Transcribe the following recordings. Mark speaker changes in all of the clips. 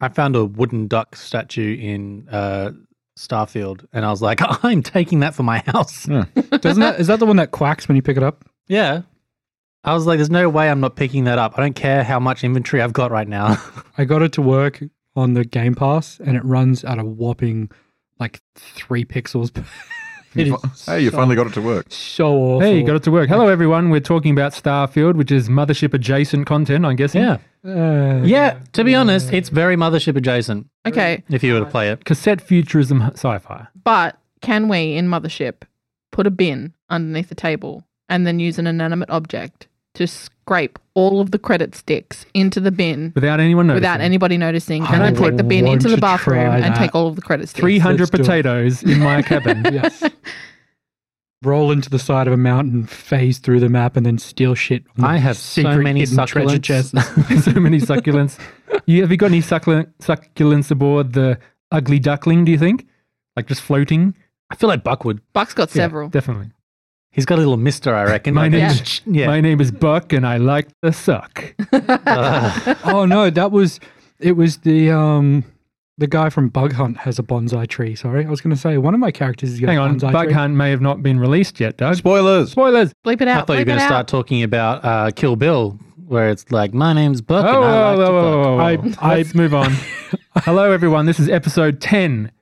Speaker 1: I found a wooden duck statue in uh, Starfield, and I was like, I'm taking that for my house.
Speaker 2: Hmm.
Speaker 3: Yeah. Doesn't that is that the one that quacks when you pick it up?
Speaker 1: Yeah. I was like, there's no way I'm not picking that up. I don't care how much inventory I've got right now.
Speaker 3: I got it to work on the Game Pass, and it runs at a whopping like three pixels. per- It
Speaker 4: You
Speaker 3: is
Speaker 4: fi- hey, you
Speaker 3: so-
Speaker 4: finally got it to work.
Speaker 3: so awful.
Speaker 2: Hey, you got it to work. Hello, everyone. We're talking about Starfield, which is mothership adjacent content, I'm guessing.
Speaker 1: yeah.
Speaker 3: Uh,
Speaker 1: Yeah. To be honest, it's very Mothership adjacent
Speaker 5: Okay,
Speaker 1: if you were to play it.
Speaker 2: Cassette futurism h- sci-fi.
Speaker 5: but can we in Mothership put a bin underneath the table and then use an inanimate object to scrape all of the credit sticks into the bin
Speaker 2: Without anyone noticing.
Speaker 5: without anybody noticing? Can
Speaker 2: I
Speaker 5: I take the bin
Speaker 3: want
Speaker 5: into the
Speaker 3: to try
Speaker 5: bathroom and
Speaker 3: that.
Speaker 5: take all of the credit sticks?
Speaker 2: 300
Speaker 3: Let's do it.
Speaker 2: potatoes in my cabin.
Speaker 3: yes. Roll into the side of a mountain, phase through the map, and then steal shit. on the
Speaker 1: I have so
Speaker 3: secret
Speaker 1: many
Speaker 3: hidden treasure chests.
Speaker 1: succulents.
Speaker 2: so many succulents. You, have you got any succulent, succulents aboard the ugly duckling, do you think? Like just floating?
Speaker 1: I feel like Buckwood.
Speaker 5: Buck's got
Speaker 2: Yeah,
Speaker 5: several.
Speaker 2: definitely.
Speaker 1: He's got a little mister, I reckon.
Speaker 2: My
Speaker 1: Like, uh,
Speaker 2: name-
Speaker 1: yeah. Uh,
Speaker 2: My name is Buck and I like the suck.
Speaker 1: Ugh.
Speaker 3: oh no, that was it. Was the um the guy from Bug Hunt has a bonsai tree? Sorry, I was going to say one of my characters is
Speaker 2: Hang on,
Speaker 3: bonsai
Speaker 2: Bug
Speaker 3: tree.
Speaker 2: Hunt may have not been released yet, Doug.
Speaker 4: Spoilers.
Speaker 2: Spoilers.
Speaker 5: Bleep it
Speaker 1: I
Speaker 5: out.
Speaker 1: thought you were
Speaker 5: bleep
Speaker 1: going
Speaker 5: it
Speaker 1: to
Speaker 5: out.
Speaker 1: start talking about uh, Kill Bill, where it's like, my name's Buck
Speaker 2: Oh,
Speaker 1: and I
Speaker 2: whoa,
Speaker 1: like
Speaker 2: whoa,
Speaker 1: to
Speaker 2: whoa,
Speaker 1: fuck."
Speaker 2: whoa, whoa.
Speaker 3: I-
Speaker 2: let's move on. Hello, everyone. This is episode 10.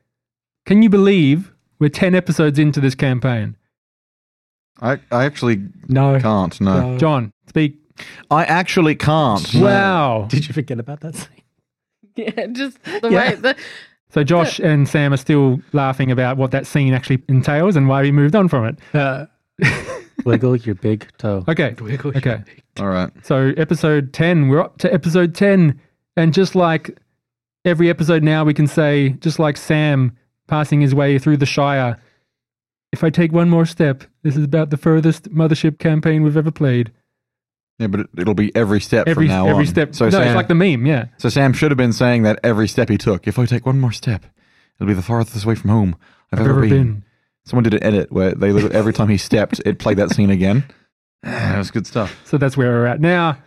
Speaker 2: Can you believe we're 10 episodes into this campaign?
Speaker 4: I, I actually
Speaker 3: No,
Speaker 4: can't. No.
Speaker 3: no.
Speaker 2: John, speak.
Speaker 4: I actually can't.
Speaker 2: Wow.
Speaker 1: Did you forget about that scene?
Speaker 5: Yeah, just the
Speaker 2: Yeah.
Speaker 5: way the,
Speaker 2: So Josh and Sam are still laughing about what that scene actually entails and why we moved on from it.
Speaker 1: Uh, Wiggle your big toe.
Speaker 2: Okay.
Speaker 3: Wiggle your
Speaker 2: Okay.
Speaker 4: All right.
Speaker 2: So episode 10, we're up to episode 10. And just like every episode now, we can say, just like Sam passing his way through the Shire, if I take one more step, this is about the furthest mothership campaign we've ever played.
Speaker 4: Yeah, but it, it'll be every step
Speaker 2: Every
Speaker 4: from now
Speaker 2: every
Speaker 4: on.
Speaker 2: step.
Speaker 4: So
Speaker 2: no,
Speaker 4: Sam,
Speaker 2: it's like the meme, yeah.
Speaker 4: so Sam should have been saying that every step he took. If I take one more step, it'll be the farthest away from home I've, ever, been. Someone did an edit where they literally- every time he stepped, it played that scene again. It was good stuff.
Speaker 2: So that's where we're at now.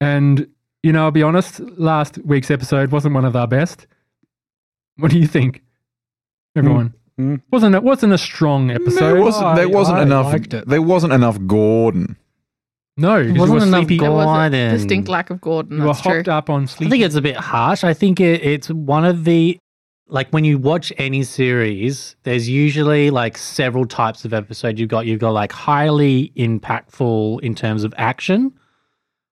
Speaker 2: And you know, I'll be honest, last week's episode wasn't one of our best. What do you think?
Speaker 4: Hmm.
Speaker 2: Everyone.
Speaker 3: Mm.
Speaker 2: Wasn't it wasn't a strong episode.
Speaker 4: there wasn't, there
Speaker 3: I-
Speaker 4: wasn't
Speaker 3: I
Speaker 4: enough.
Speaker 3: liked it.
Speaker 4: There wasn't enough Gordon.
Speaker 2: No, because you
Speaker 1: Wasn't
Speaker 2: were
Speaker 1: enough
Speaker 2: sleepy.
Speaker 5: there was a
Speaker 1: Gordon.
Speaker 5: distinct lack of Gordon.
Speaker 2: You were
Speaker 5: That's true.
Speaker 2: hopped up on
Speaker 1: I
Speaker 2: sleep.
Speaker 1: think it's a bit harsh. I think it, it's one of the like when you watch any series, there's usually like several types of episode you've got. You've got like highly impactful in terms of action,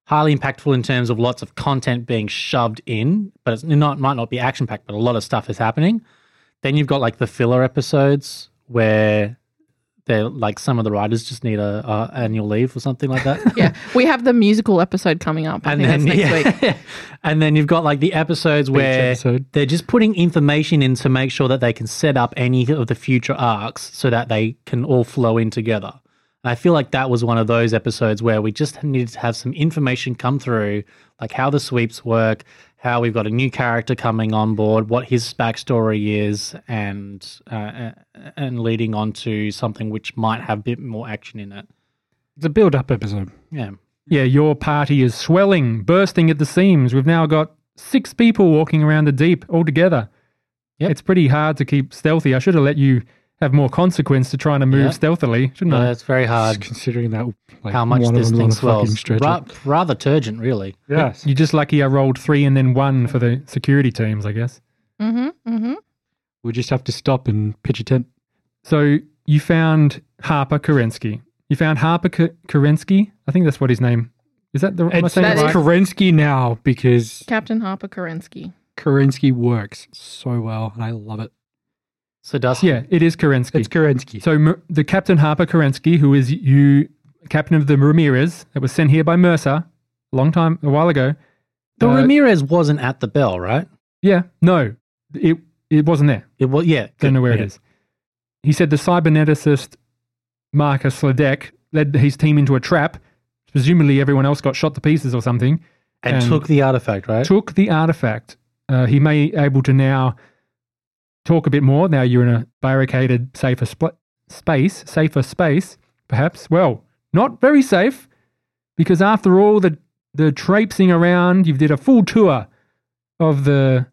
Speaker 1: highly impactful in terms of lots of content being shoved in, but it's not might not be action packed, but a lot of stuff is happening. Then you've got like the filler episodes where they're like some of the writers just need a, a annual leave or something like that.
Speaker 5: Yeah, we have the musical episode coming up. I
Speaker 1: and
Speaker 5: think
Speaker 1: then
Speaker 5: that's next week.
Speaker 1: yeah. and then you've got like the episodes where
Speaker 3: episode.
Speaker 1: they're just putting information in to make sure that they can set up any of the future arcs so that they can all flow in together. And I feel like that was one of those episodes where we just needed to have some information come through, like how the sweeps work, how we've got a new character coming on board, what his backstory is, and uh, and leading on to something which might have a bit more action in it.
Speaker 3: It's a build-up episode.
Speaker 1: Yeah.
Speaker 2: yeah, your party is swelling, bursting at the seams. We've now got six people walking around the deep all together.
Speaker 1: Yep.
Speaker 2: It's pretty hard to keep stealthy. I should have let you have more consequence to trying to move
Speaker 1: Yeah.
Speaker 2: stealthily, shouldn't
Speaker 1: No,
Speaker 4: Uh,
Speaker 2: I?
Speaker 1: it's very hard.
Speaker 3: Just considering that like,
Speaker 1: Uh, how much
Speaker 3: one of
Speaker 1: this
Speaker 3: them's on
Speaker 1: thing
Speaker 3: a fucking
Speaker 1: swells.
Speaker 3: stretcher.
Speaker 1: Ra- rather turgent, really.
Speaker 3: Yes.
Speaker 2: You're just lucky I rolled three and then one for the security teams, I guess.
Speaker 5: Mm-hmm, mm-hmm.
Speaker 3: We just have to stop and pitch a tent.
Speaker 2: So you found Harper Kerensky. You found Harper K- Kerensky. I think that's what his name is. That the am I
Speaker 3: It's
Speaker 2: saying it
Speaker 5: That
Speaker 2: right?
Speaker 5: is-
Speaker 3: Kerensky now because
Speaker 5: Captain Harper Kerensky.
Speaker 3: Kerensky works so well, and I love it.
Speaker 1: So Dustin,
Speaker 2: Yeah, it is Kerensky.
Speaker 3: It's Kerensky.
Speaker 2: So Mer- the Captain Harper Kerensky, who is you captain of the Ramirez, that was sent here by Mercer a long time, a while ago.
Speaker 1: the
Speaker 2: Uh,
Speaker 1: Ramirez wasn't at the bell, right?
Speaker 2: Yeah, no, it it wasn't there.
Speaker 1: It was, yeah.
Speaker 2: Don't know where
Speaker 1: yeah.
Speaker 2: it is. He said the cyberneticist Marcus Ledeck led his team into a trap. Presumably, everyone else got shot to pieces or something.
Speaker 1: And,
Speaker 2: And-
Speaker 1: took the artifact, right?
Speaker 2: Took the artifact. Uh, he may able to now talk a bit more. Now you're in a barricaded, safer spl- space, safer space, perhaps. Well, not very safe, because after all the the traipsing around, you did a full tour of the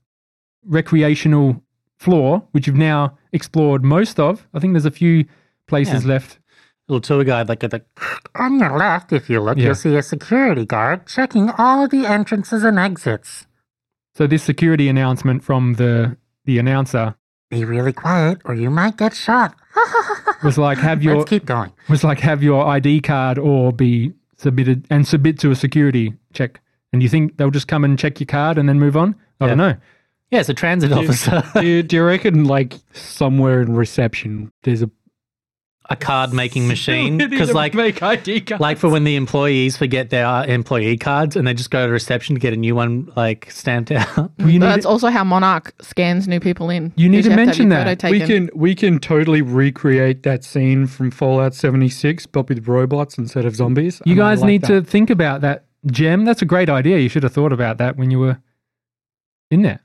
Speaker 2: recreational floor, which you've now explored most of. I think there's a few places left.
Speaker 1: Little tour guide, like, like
Speaker 6: On your left, if you look,
Speaker 2: Yeah.
Speaker 6: you'll see a security guard checking all the entrances and exits.
Speaker 2: So this security announcement from the the announcer
Speaker 6: Be really quiet, or you might get shot.
Speaker 2: was like have your
Speaker 6: Let's keep going.
Speaker 2: was like have your ID card or be submitted and submit to a security check. And you think they'll just come and check your card and then move on? I don't know.
Speaker 1: yeah, it's a transit officer.
Speaker 3: do, you, do you reckon, like, somewhere in reception, there's a
Speaker 1: a card making machine because like
Speaker 2: make ID card.
Speaker 1: like for when the employees forget their uh, employee cards and they just go to reception to get a new one like stamped out
Speaker 2: you
Speaker 5: But
Speaker 2: need
Speaker 5: that's also how Monarch scans new people in.
Speaker 2: You need to
Speaker 5: have have
Speaker 2: mention
Speaker 5: your
Speaker 2: that.
Speaker 5: photo
Speaker 3: we
Speaker 5: taken.
Speaker 3: can we can totally recreate that scene from Fallout 76, but with robots instead of zombies.
Speaker 2: you
Speaker 3: and I
Speaker 2: guys
Speaker 3: like
Speaker 2: need
Speaker 3: that.
Speaker 2: to think about that gem. That's a great idea. You should have thought about that when you were in there.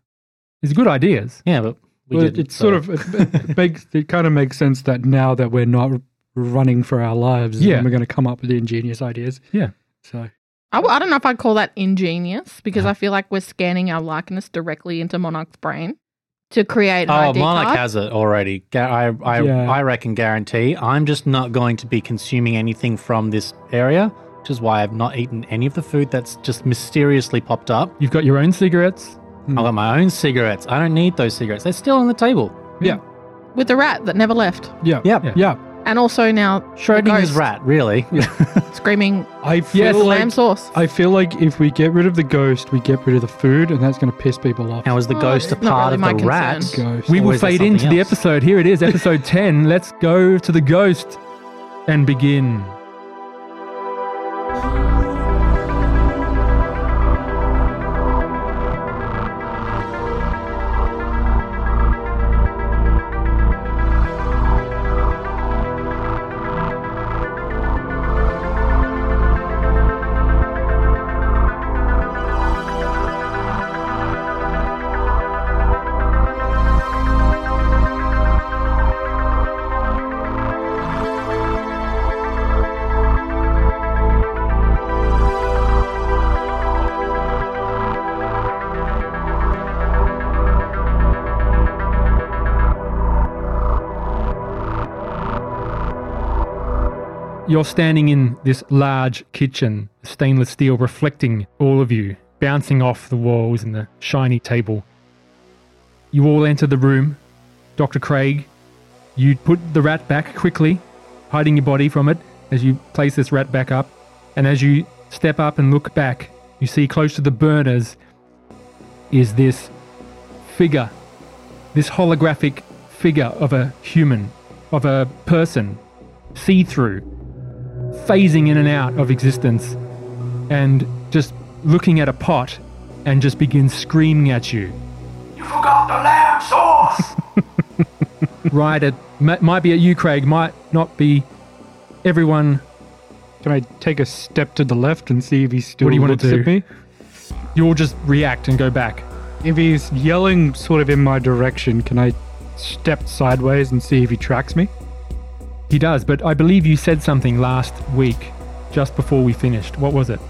Speaker 2: It's good ideas.
Speaker 1: yeah but we
Speaker 3: Well,
Speaker 1: did
Speaker 3: it's sort
Speaker 2: uh,
Speaker 3: of it, it makes it kind of makes sense that now that we're not running for our lives,
Speaker 2: Yeah.
Speaker 3: yeah, we're going to come up with ingenious ideas.
Speaker 2: Yeah.
Speaker 3: So
Speaker 5: I, w- I don't know if I'd call that ingenious because I feel like we're scanning our likeness directly into Monarch's brain to create an
Speaker 1: Oh,
Speaker 5: ID
Speaker 1: Monarch
Speaker 5: card.
Speaker 1: has it already. Gu- I, I,
Speaker 3: Yeah.
Speaker 1: I reckon guarantee. I'm just not going to be consuming anything from this area, which is why I've not eaten any of the food that's just mysteriously popped up.
Speaker 2: You've got your own cigarettes.
Speaker 1: I've got my own cigarettes. I don't need those cigarettes. They're still on the table.
Speaker 5: with the rat that never left,
Speaker 3: yeah,
Speaker 1: Yep.
Speaker 2: Yeah.
Speaker 3: yeah.
Speaker 5: and also now
Speaker 1: Schrodinger's
Speaker 5: Ghost.
Speaker 1: rat, really.
Speaker 5: screaming
Speaker 3: I feel
Speaker 2: Yes.
Speaker 5: lamb
Speaker 3: like
Speaker 5: sauce.
Speaker 3: I feel like if we get rid of the ghost, we get rid of the food, and that's going to piss people off.
Speaker 1: Now, is the
Speaker 5: Oh,
Speaker 1: ghost a
Speaker 5: it's not
Speaker 1: part
Speaker 5: really my
Speaker 1: of the rat?
Speaker 5: concern.
Speaker 3: Ghost.
Speaker 2: We
Speaker 1: Or
Speaker 2: will
Speaker 1: is there
Speaker 2: fade into
Speaker 1: something
Speaker 2: the
Speaker 1: else?
Speaker 2: episode. Here it is, episode 10. Let's go to the ghost and begin. You're standing in this large kitchen, stainless steel reflecting all of you, bouncing off the walls and the shiny table. You all enter the room. Dr. Craig, you put the rat back quickly, hiding your body from it as you place this rat back up. And as you step up and look back, you see close to the burners is this figure, this holographic figure of a human, of a person, see through, phasing in and out of existence, and just looking at a pot and just begins screaming at you.
Speaker 7: forgot the lamb sauce.
Speaker 2: Right at m- might be at you, Craig, might not be everyone.
Speaker 3: Can I take a step to the left and see if he's still
Speaker 2: What do you wanna
Speaker 3: looks at
Speaker 2: do?
Speaker 3: me?
Speaker 2: You'll just react and go back.
Speaker 3: If he's yelling sort of in my direction, can I step sideways and see if he tracks me?
Speaker 2: He does, but I believe you said something last week, just before we finished. What was it?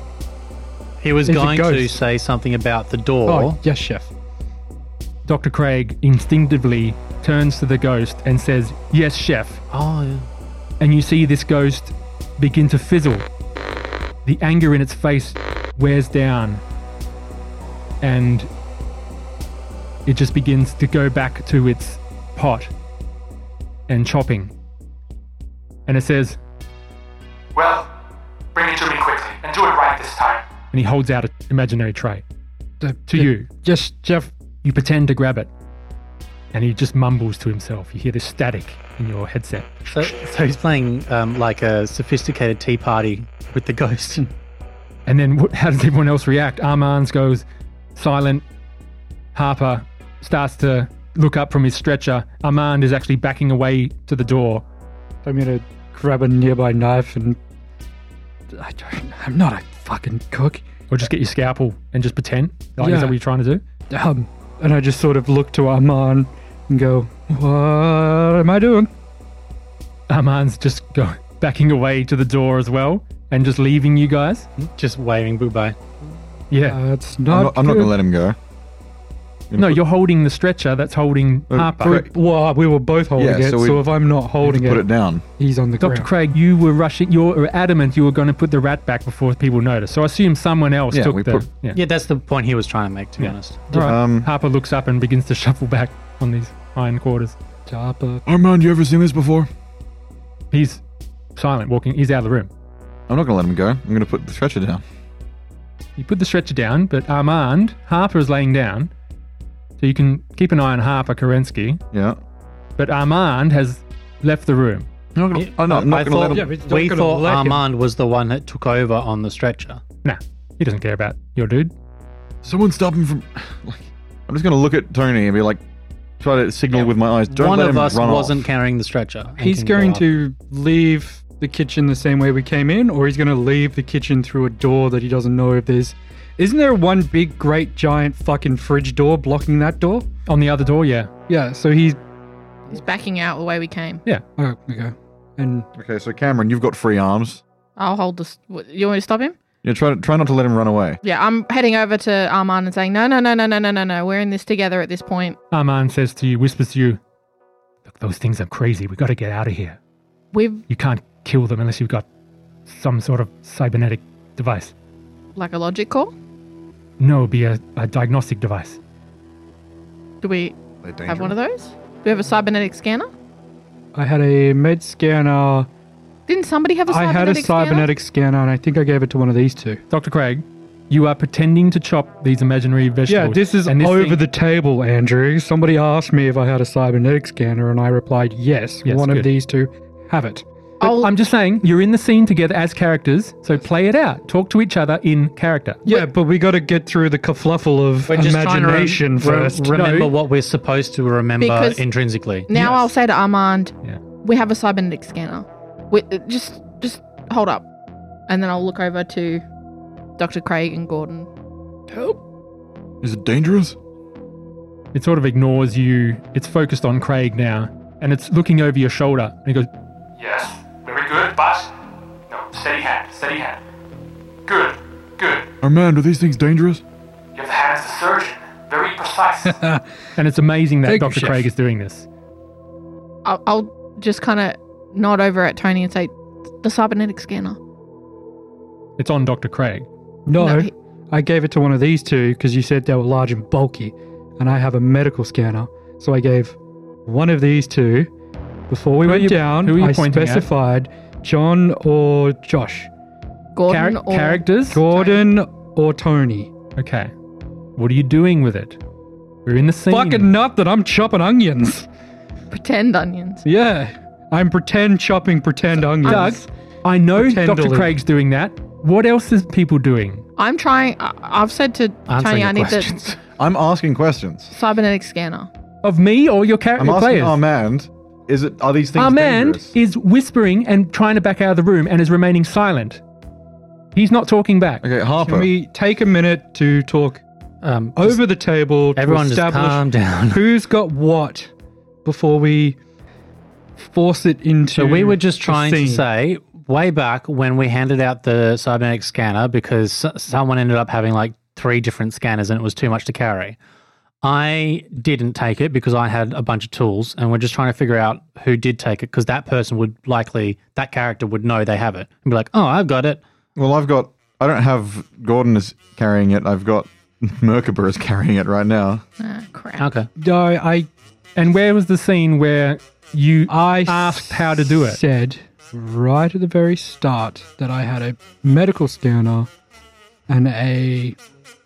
Speaker 1: He was
Speaker 3: It's a
Speaker 1: going to
Speaker 3: ghost.
Speaker 1: say something about the door.
Speaker 3: Oh, yes, chef.
Speaker 2: Dr. Craig instinctively turns to the ghost and says, Yes, chef.
Speaker 1: Oh, yeah.
Speaker 2: and you see this ghost begin to fizzle. The anger in its face wears down, and it just begins to go back to its pot and chopping. And it says,
Speaker 7: well, bring it to me quickly and do it right this time.
Speaker 2: and he holds out an imaginary tray to
Speaker 3: Uh,
Speaker 2: you.
Speaker 3: Yes, chef.
Speaker 2: You pretend to grab it, and he just mumbles to himself. You hear the static in your headset.
Speaker 1: So, so he's playing um, like a sophisticated tea party with the ghost.
Speaker 2: And then what, how does everyone else react? Armands goes silent. Harper starts to look up from his stretcher. Armand is actually backing away to the door.
Speaker 3: I'm gonna grab a nearby knife and. I don't. I'm not a fucking cook.
Speaker 2: Or just get your scalpel and just pretend. Like, Is
Speaker 3: Yeah.
Speaker 2: that what you're trying to do?
Speaker 3: Um, and I just sort of look to Armand and go, "What am I doing?"
Speaker 2: Armand's just go, backing away to the door as well and just leaving you guys.
Speaker 1: Just waving goodbye.
Speaker 2: Yeah.
Speaker 3: That's
Speaker 4: I'm
Speaker 3: not.
Speaker 4: not, I'm not
Speaker 3: good.
Speaker 4: gonna let him go.
Speaker 2: No, you're holding the stretcher that's holding
Speaker 4: Oh,
Speaker 2: Harper.
Speaker 4: correct.
Speaker 3: Well, we were both holding
Speaker 4: Yeah,
Speaker 3: it,
Speaker 4: so
Speaker 3: so,
Speaker 4: we-
Speaker 3: if I'm not holding
Speaker 4: Put
Speaker 3: it,
Speaker 4: it down.
Speaker 3: he's on the
Speaker 2: Dr.
Speaker 3: ground.
Speaker 2: Craig, you were rushing, you were adamant you were going to put the rat back before people noticed. So I assume someone else
Speaker 4: Yeah,
Speaker 2: took
Speaker 4: we
Speaker 2: the.
Speaker 4: put-
Speaker 2: yeah.
Speaker 1: Yeah, that's the point he was trying to make, to be honest.
Speaker 2: All right.
Speaker 4: Um,
Speaker 2: Harper looks up and begins to shuffle back on these iron quarters.
Speaker 3: Jabba.
Speaker 4: Armand, you ever seen this before?
Speaker 2: He's silent, walking. He's out of the room.
Speaker 4: I'm not gonna let him go. I'm gonna put the stretcher down.
Speaker 2: You put the stretcher down, but Armand, Harper is laying down. So you can keep an eye on Harper Kerensky,
Speaker 4: Yeah.
Speaker 2: but Armand has left the room.
Speaker 4: I'm not gonna,
Speaker 1: Yeah,
Speaker 4: oh, no, I'm
Speaker 1: I
Speaker 4: not gonna let
Speaker 1: thought
Speaker 4: him.
Speaker 3: Yeah, but you're not
Speaker 1: we
Speaker 3: gonna
Speaker 1: thought
Speaker 3: let him.
Speaker 1: Armand was the one that took over on the stretcher.
Speaker 2: Nah, he doesn't care about your dude.
Speaker 4: Someone stop him from. Like, I'm just gonna look at Tony and be like, try to signal with my eyes. Don't
Speaker 1: one
Speaker 4: let
Speaker 1: of
Speaker 4: him
Speaker 1: us
Speaker 4: run
Speaker 1: wasn't
Speaker 4: Off.
Speaker 1: carrying the stretcher. and
Speaker 3: He's
Speaker 1: can go
Speaker 3: going
Speaker 1: up.
Speaker 3: to leave the kitchen the same way we came in, or he's going to leave the kitchen through a door that he doesn't know if there's. Isn't there one big, great, giant fucking fridge door blocking that door?
Speaker 2: On the other door, yeah.
Speaker 3: Yeah, so he's.
Speaker 5: He's backing out the way we came.
Speaker 3: Oh, okay. And
Speaker 4: Okay, so Cameron, you've got free arms.
Speaker 5: I'll hold this. what- You want me to stop him?
Speaker 4: Yeah, try try not to let him run away.
Speaker 5: Yeah, I'm heading over to Armand and saying, no, no, no, no, no, no, no, no. We're in this together at this point.
Speaker 2: Armand says to you, whispers to you, Look, those things are crazy. we got to get out of here.
Speaker 5: We've
Speaker 2: You can't kill them unless you've got some sort of cybernetic device.
Speaker 5: like a logic call.
Speaker 2: No, it'd be a, a diagnostic device.
Speaker 5: Do we
Speaker 4: They're
Speaker 5: have
Speaker 4: dangerous.
Speaker 5: one of those? Do we have a cybernetic scanner?
Speaker 3: I had a med scanner.
Speaker 5: Didn't somebody have a
Speaker 3: I
Speaker 5: cybernetic
Speaker 3: had a
Speaker 5: scanner?
Speaker 3: cybernetic scanner, and I think I gave it to one of these two.
Speaker 2: Dr. Craig, you are pretending to chop these imaginary vegetables.
Speaker 3: Yeah, this is
Speaker 2: and
Speaker 3: over
Speaker 2: thing-
Speaker 3: the table, Andrew. Somebody asked me if I had a cybernetic scanner, and I replied, yes,
Speaker 2: Yes,
Speaker 3: one
Speaker 2: good.
Speaker 3: of these two have it.
Speaker 2: But
Speaker 5: I'll-
Speaker 2: I'm just saying, you're in the scene together as characters, so play it out. Talk to each other in character.
Speaker 3: Yeah, but we got to get through the kerfluffle of
Speaker 1: We're just trying to rem-
Speaker 3: imagination
Speaker 1: re-
Speaker 3: first.
Speaker 1: remember
Speaker 2: No.
Speaker 1: what we're supposed to remember
Speaker 5: Because-
Speaker 1: intrinsically.
Speaker 5: Now I'll say to Armand,
Speaker 2: Yeah.
Speaker 5: we have a cybernetic scanner. We, uh, just, just hold up, and then I'll look over to Dr. Craig and Gordon.
Speaker 4: Is it dangerous?
Speaker 2: It sort of ignores you. It's focused on Craig now, and it's looking over your shoulder. And it goes,
Speaker 7: Yes, very good, but. No, steady hand, steady hand. Good, good.
Speaker 4: Armand, are these things dangerous?
Speaker 7: You have the hands of the surgeon. Very precise.
Speaker 2: and it's amazing that
Speaker 3: Thank you,
Speaker 2: Dr.
Speaker 3: Chef.
Speaker 2: Craig is doing this.
Speaker 5: I'll, I'll just kind of nod over at Tony and say, the cybernetic scanner.
Speaker 2: It's on Dr. Craig.
Speaker 3: No,
Speaker 5: No, he-
Speaker 3: I gave it to one of these two because you said they were large and bulky, and I have a medical scanner. So I gave one of these two. Before we
Speaker 2: Who are
Speaker 3: went
Speaker 2: you-
Speaker 3: down,
Speaker 2: who are you
Speaker 3: I
Speaker 2: pointing at?
Speaker 3: specified John or Josh,
Speaker 5: Gordon
Speaker 2: Charac-
Speaker 5: or
Speaker 2: characters.
Speaker 3: Gordon or Tony.
Speaker 2: Okay. What are you doing with it? We're in the scene.
Speaker 3: Fucking not that I'm chopping onions.
Speaker 5: pretend onions.
Speaker 3: Yeah, I'm pretend chopping pretend onions.
Speaker 2: Doug, I know
Speaker 3: Pretend
Speaker 2: Dr.
Speaker 3: delivery.
Speaker 2: Craig's doing that. What else is people doing?
Speaker 5: I'm trying. I, I've said to
Speaker 1: Answering
Speaker 5: Tony, I
Speaker 1: your
Speaker 5: need
Speaker 1: questions.
Speaker 5: the
Speaker 4: I'm asking questions.
Speaker 5: cybernetic scanner.
Speaker 2: Of me or your character
Speaker 4: I'm asking
Speaker 2: players?
Speaker 4: Armand. Is it? Are these things
Speaker 2: Armand
Speaker 4: dangerous?
Speaker 2: is whispering and trying to back out of the room and is remaining silent. He's not talking back.
Speaker 4: Okay,
Speaker 3: Can
Speaker 4: Harper.
Speaker 3: we take a minute to talk
Speaker 1: Um, just-
Speaker 3: over the table to
Speaker 1: everyone just
Speaker 3: establish
Speaker 1: calm down.
Speaker 3: who's got what before we force it into?
Speaker 1: So we were just
Speaker 3: the
Speaker 1: trying to
Speaker 3: scene?
Speaker 1: say way back when we handed out the cybernetic scanner because s- someone ended up having like three different scanners and it was too much to carry. I didn't take it because I had a bunch of tools and we're just trying to figure out who did take it because that person would likely that character would know they have it and be like, "Oh, I've got it."
Speaker 4: Well, I've got. I don't have Gordon is carrying it. I've got Merkaba is carrying it right now.
Speaker 5: Ah, crap.
Speaker 1: Okay.
Speaker 3: No, I
Speaker 2: And where was the scene where you
Speaker 3: I
Speaker 2: asked how to do it?
Speaker 3: Said right at the very start that I had a medical scanner and a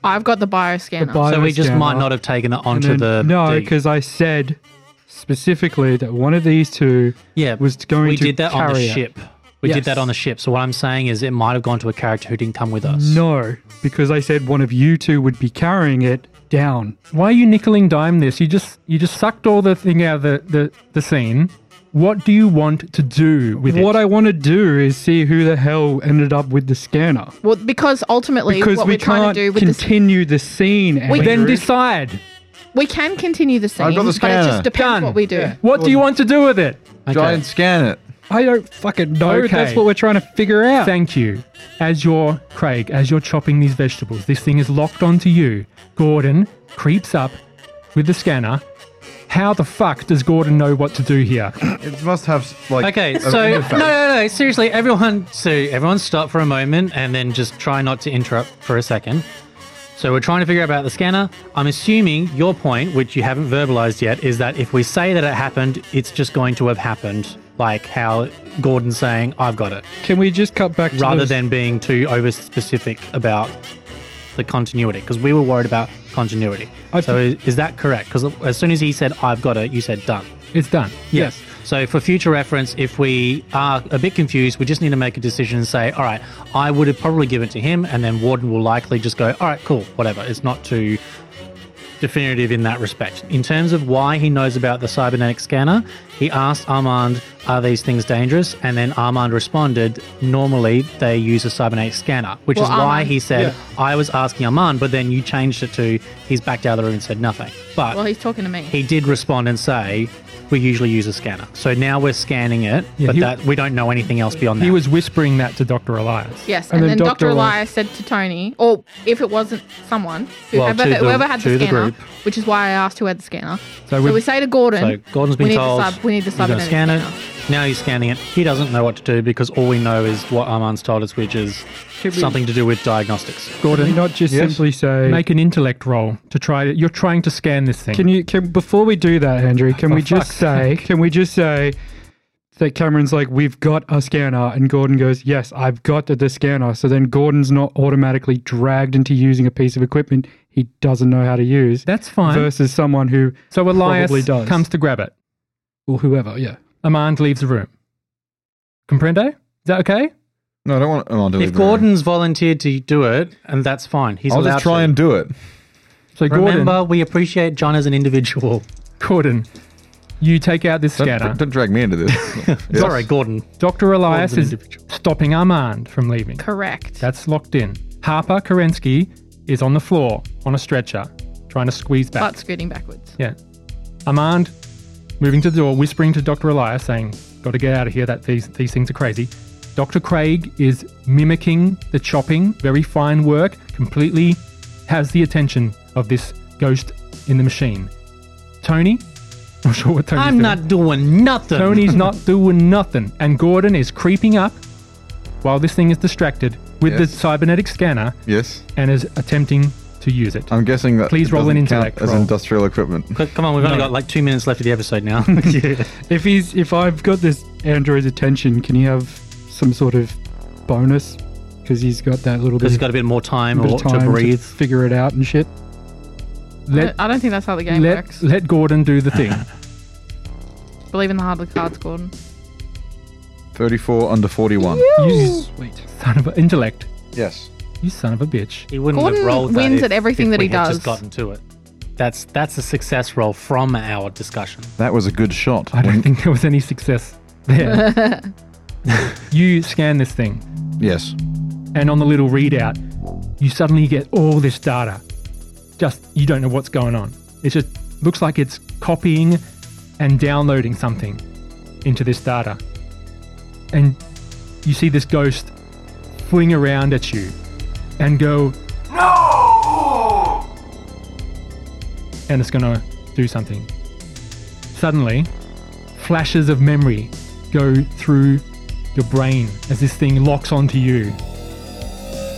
Speaker 5: I've got the bioscanner.
Speaker 3: bio
Speaker 1: So we just might not have taken it onto the
Speaker 3: no
Speaker 1: the-
Speaker 3: because I said specifically that one of these two
Speaker 1: yeah
Speaker 3: was going
Speaker 1: we
Speaker 3: to
Speaker 1: did that on the
Speaker 3: carry it.
Speaker 1: ship. We did that
Speaker 3: Yes.
Speaker 1: on the ship. So what I'm saying is it might have gone to a character who didn't come with us.
Speaker 3: no because I said one of you two would be carrying it down.
Speaker 2: Why are you nickel and dime this? You just you just sucked all the thing out of the, the, the scene. What do you want to do with
Speaker 3: What
Speaker 2: it?
Speaker 3: I want to do is see who the hell ended up with the scanner.
Speaker 5: well, because ultimately,
Speaker 3: Because
Speaker 5: what
Speaker 3: we
Speaker 5: we're trying
Speaker 3: can't
Speaker 5: to do with this
Speaker 3: continue the scene. Andrew.
Speaker 2: then decide.
Speaker 5: We can continue the scene,
Speaker 4: I've got the
Speaker 5: but it
Speaker 4: scanner.
Speaker 5: just depends
Speaker 2: Done.
Speaker 5: what we do.
Speaker 2: What do you want to do with it?
Speaker 1: Okay.
Speaker 4: Giant scan it.
Speaker 3: I don't fucking know.
Speaker 2: Okay.
Speaker 3: That's what we're trying to figure out.
Speaker 2: Thank you. As you're, Craig, as you're chopping these vegetables, this thing is locked onto you. Gordon creeps up, with the scanner. How the fuck does Gordon know what to do here?
Speaker 4: It must have like
Speaker 1: Okay,
Speaker 4: an
Speaker 1: so no, no,
Speaker 4: interface.
Speaker 1: no. Seriously, everyone. So everyone, stop for a moment and then just try not to interrupt for a second. So we're trying to figure out about the scanner. I'm assuming your point, which you haven't verbalized yet, is that if we say that it happened, it's just going to have happened. Like how Gordon's saying, "I've got it,"
Speaker 3: Can we just cut back to
Speaker 1: rather
Speaker 3: those-
Speaker 1: than being too over specific about the continuity, because we were worried about continuity.
Speaker 2: I
Speaker 1: so is, is that correct? Because as soon as he said, "I've got it," you said, "Done."
Speaker 2: It's done.
Speaker 1: Yes. So for future reference, if we are a bit confused, we just need to make a decision and say, all right, I would have probably given it to him, and then Warden will likely just go, all right, cool, whatever. It's not too definitive in that respect. In terms of why he knows about the cybernetic scanner, he asked Armand, are these things dangerous? And then Armand responded, normally they use a cybernetic scanner, which
Speaker 5: Well,
Speaker 1: is why
Speaker 5: Armand-
Speaker 1: he said, I was asking Armand, but then you changed it to, he's backed out of the room and said nothing. But
Speaker 5: Well, he's talking to me.
Speaker 1: he did respond and say we usually use a scanner. So now we're scanning it,
Speaker 2: Yeah,
Speaker 1: but
Speaker 2: he-
Speaker 1: that we don't know anything else beyond that.
Speaker 2: He was whispering that to Dr. Elias.
Speaker 5: yes, and, then, Dr. Elias said to Tony, or if it wasn't someone,
Speaker 1: Well,
Speaker 5: whoever,
Speaker 1: to the-
Speaker 5: whoever had the
Speaker 1: to the
Speaker 5: scanner,
Speaker 1: group.
Speaker 5: which is why I asked who had the scanner. So,
Speaker 2: we-
Speaker 5: we say to Gordon,
Speaker 1: so Gordon's
Speaker 5: we
Speaker 1: been
Speaker 5: need
Speaker 1: told
Speaker 5: the sub, we need the
Speaker 1: he's going to
Speaker 5: cybernetic
Speaker 1: scan it.
Speaker 5: scanner.
Speaker 1: Now he's scanning it. He doesn't know what to do because all we know is what Armand's told us, which is something to do with diagnostics.
Speaker 3: Can we not just simply say
Speaker 2: Make an intellect roll to try to. You're trying to scan this thing.
Speaker 3: Can you can before we do that, Andrew? Can we just
Speaker 2: fuck's
Speaker 3: say? Can we just say that Cameron's like, we've got a scanner, and Gordon goes, yes, I've got the, the scanner. So then Gordon's not automatically dragged into using a piece of equipment he doesn't know how to use.
Speaker 2: That's fine.
Speaker 3: versus someone who
Speaker 2: so Elias
Speaker 3: probably does.
Speaker 2: comes to grab it.
Speaker 3: or whoever. Yeah.
Speaker 2: Amand leaves the room. Comprende? Is that okay?
Speaker 4: No, I don't want oh, Armand to leave
Speaker 1: If
Speaker 4: the room.
Speaker 1: Gordon's volunteered to do it, and that's fine, he's
Speaker 4: I'll
Speaker 1: allowed
Speaker 4: just try
Speaker 1: to.
Speaker 4: and do it.
Speaker 2: So
Speaker 1: Remember,
Speaker 2: Gordon,
Speaker 1: we appreciate John as an individual.
Speaker 2: Gordon, you take out this
Speaker 4: Don't,
Speaker 2: scanner.
Speaker 4: don't drag me into this. Yes.
Speaker 1: Sorry, Gordon.
Speaker 2: Dr. Elias
Speaker 1: Gordon's
Speaker 2: is
Speaker 1: an individual.
Speaker 2: stopping Armand from leaving.
Speaker 5: Correct.
Speaker 2: That's locked in. Harper Kerensky is on the floor on a stretcher, trying to squeeze back.
Speaker 5: But scooting backwards.
Speaker 2: Yeah. Armand moving to the door, whispering to Dr. Elias, saying, Gotta get out of here, that these these things are crazy. Dr. Craig is mimicking the chopping, very fine work, completely has the attention of this ghost in the machine. Tony? Not sure what Tony's
Speaker 1: I'm
Speaker 2: doing.
Speaker 1: not doing nothing.
Speaker 2: Tony's not doing nothing. And Gordon is creeping up while this thing is distracted with the
Speaker 4: Yes.
Speaker 2: cybernetic scanner
Speaker 4: Yes.
Speaker 2: and is attempting to use it.
Speaker 4: I'm guessing that.
Speaker 2: Please
Speaker 4: it
Speaker 2: roll an
Speaker 4: doesn't count
Speaker 2: intellect
Speaker 4: as
Speaker 2: roll.
Speaker 4: industrial equipment.
Speaker 1: But come on, we've only got like two minutes left of the episode now.
Speaker 3: If he's if I've got this android's attention, can he have some sort of bonus? Because he's got that little bit,
Speaker 1: Because he's
Speaker 3: of,
Speaker 1: got a bit more time,
Speaker 3: bit
Speaker 1: or,
Speaker 3: of time
Speaker 1: to breathe.
Speaker 3: figure it out and shit.
Speaker 2: Let,
Speaker 5: I I don't think that's how the game
Speaker 2: let,
Speaker 5: works.
Speaker 2: let Gordon do the thing.
Speaker 5: Believe in the hard cards, Gordon.
Speaker 4: 34 under 41.
Speaker 2: You son of a intellect.
Speaker 4: Yes.
Speaker 2: You son of a bitch.
Speaker 1: He wouldn't
Speaker 5: Gordon
Speaker 1: have rolled that
Speaker 5: wins
Speaker 1: if-
Speaker 5: at everything
Speaker 1: if
Speaker 5: that
Speaker 1: we
Speaker 5: he
Speaker 1: had
Speaker 5: does.
Speaker 1: Just gotten to it. That's that's a success roll from our discussion.
Speaker 4: That was a good shot.
Speaker 2: I don't
Speaker 4: Wink.
Speaker 2: think there was any success there. you scan this thing,
Speaker 4: Yes.
Speaker 2: and on the little readout, you suddenly get all this data. Just you don't know what's going on. It just looks like it's copying and downloading something into this data. And you see this ghost fling around at you and go,
Speaker 7: No!
Speaker 2: and it's going to do something. Suddenly, flashes of memory go through your brain as this thing locks onto you.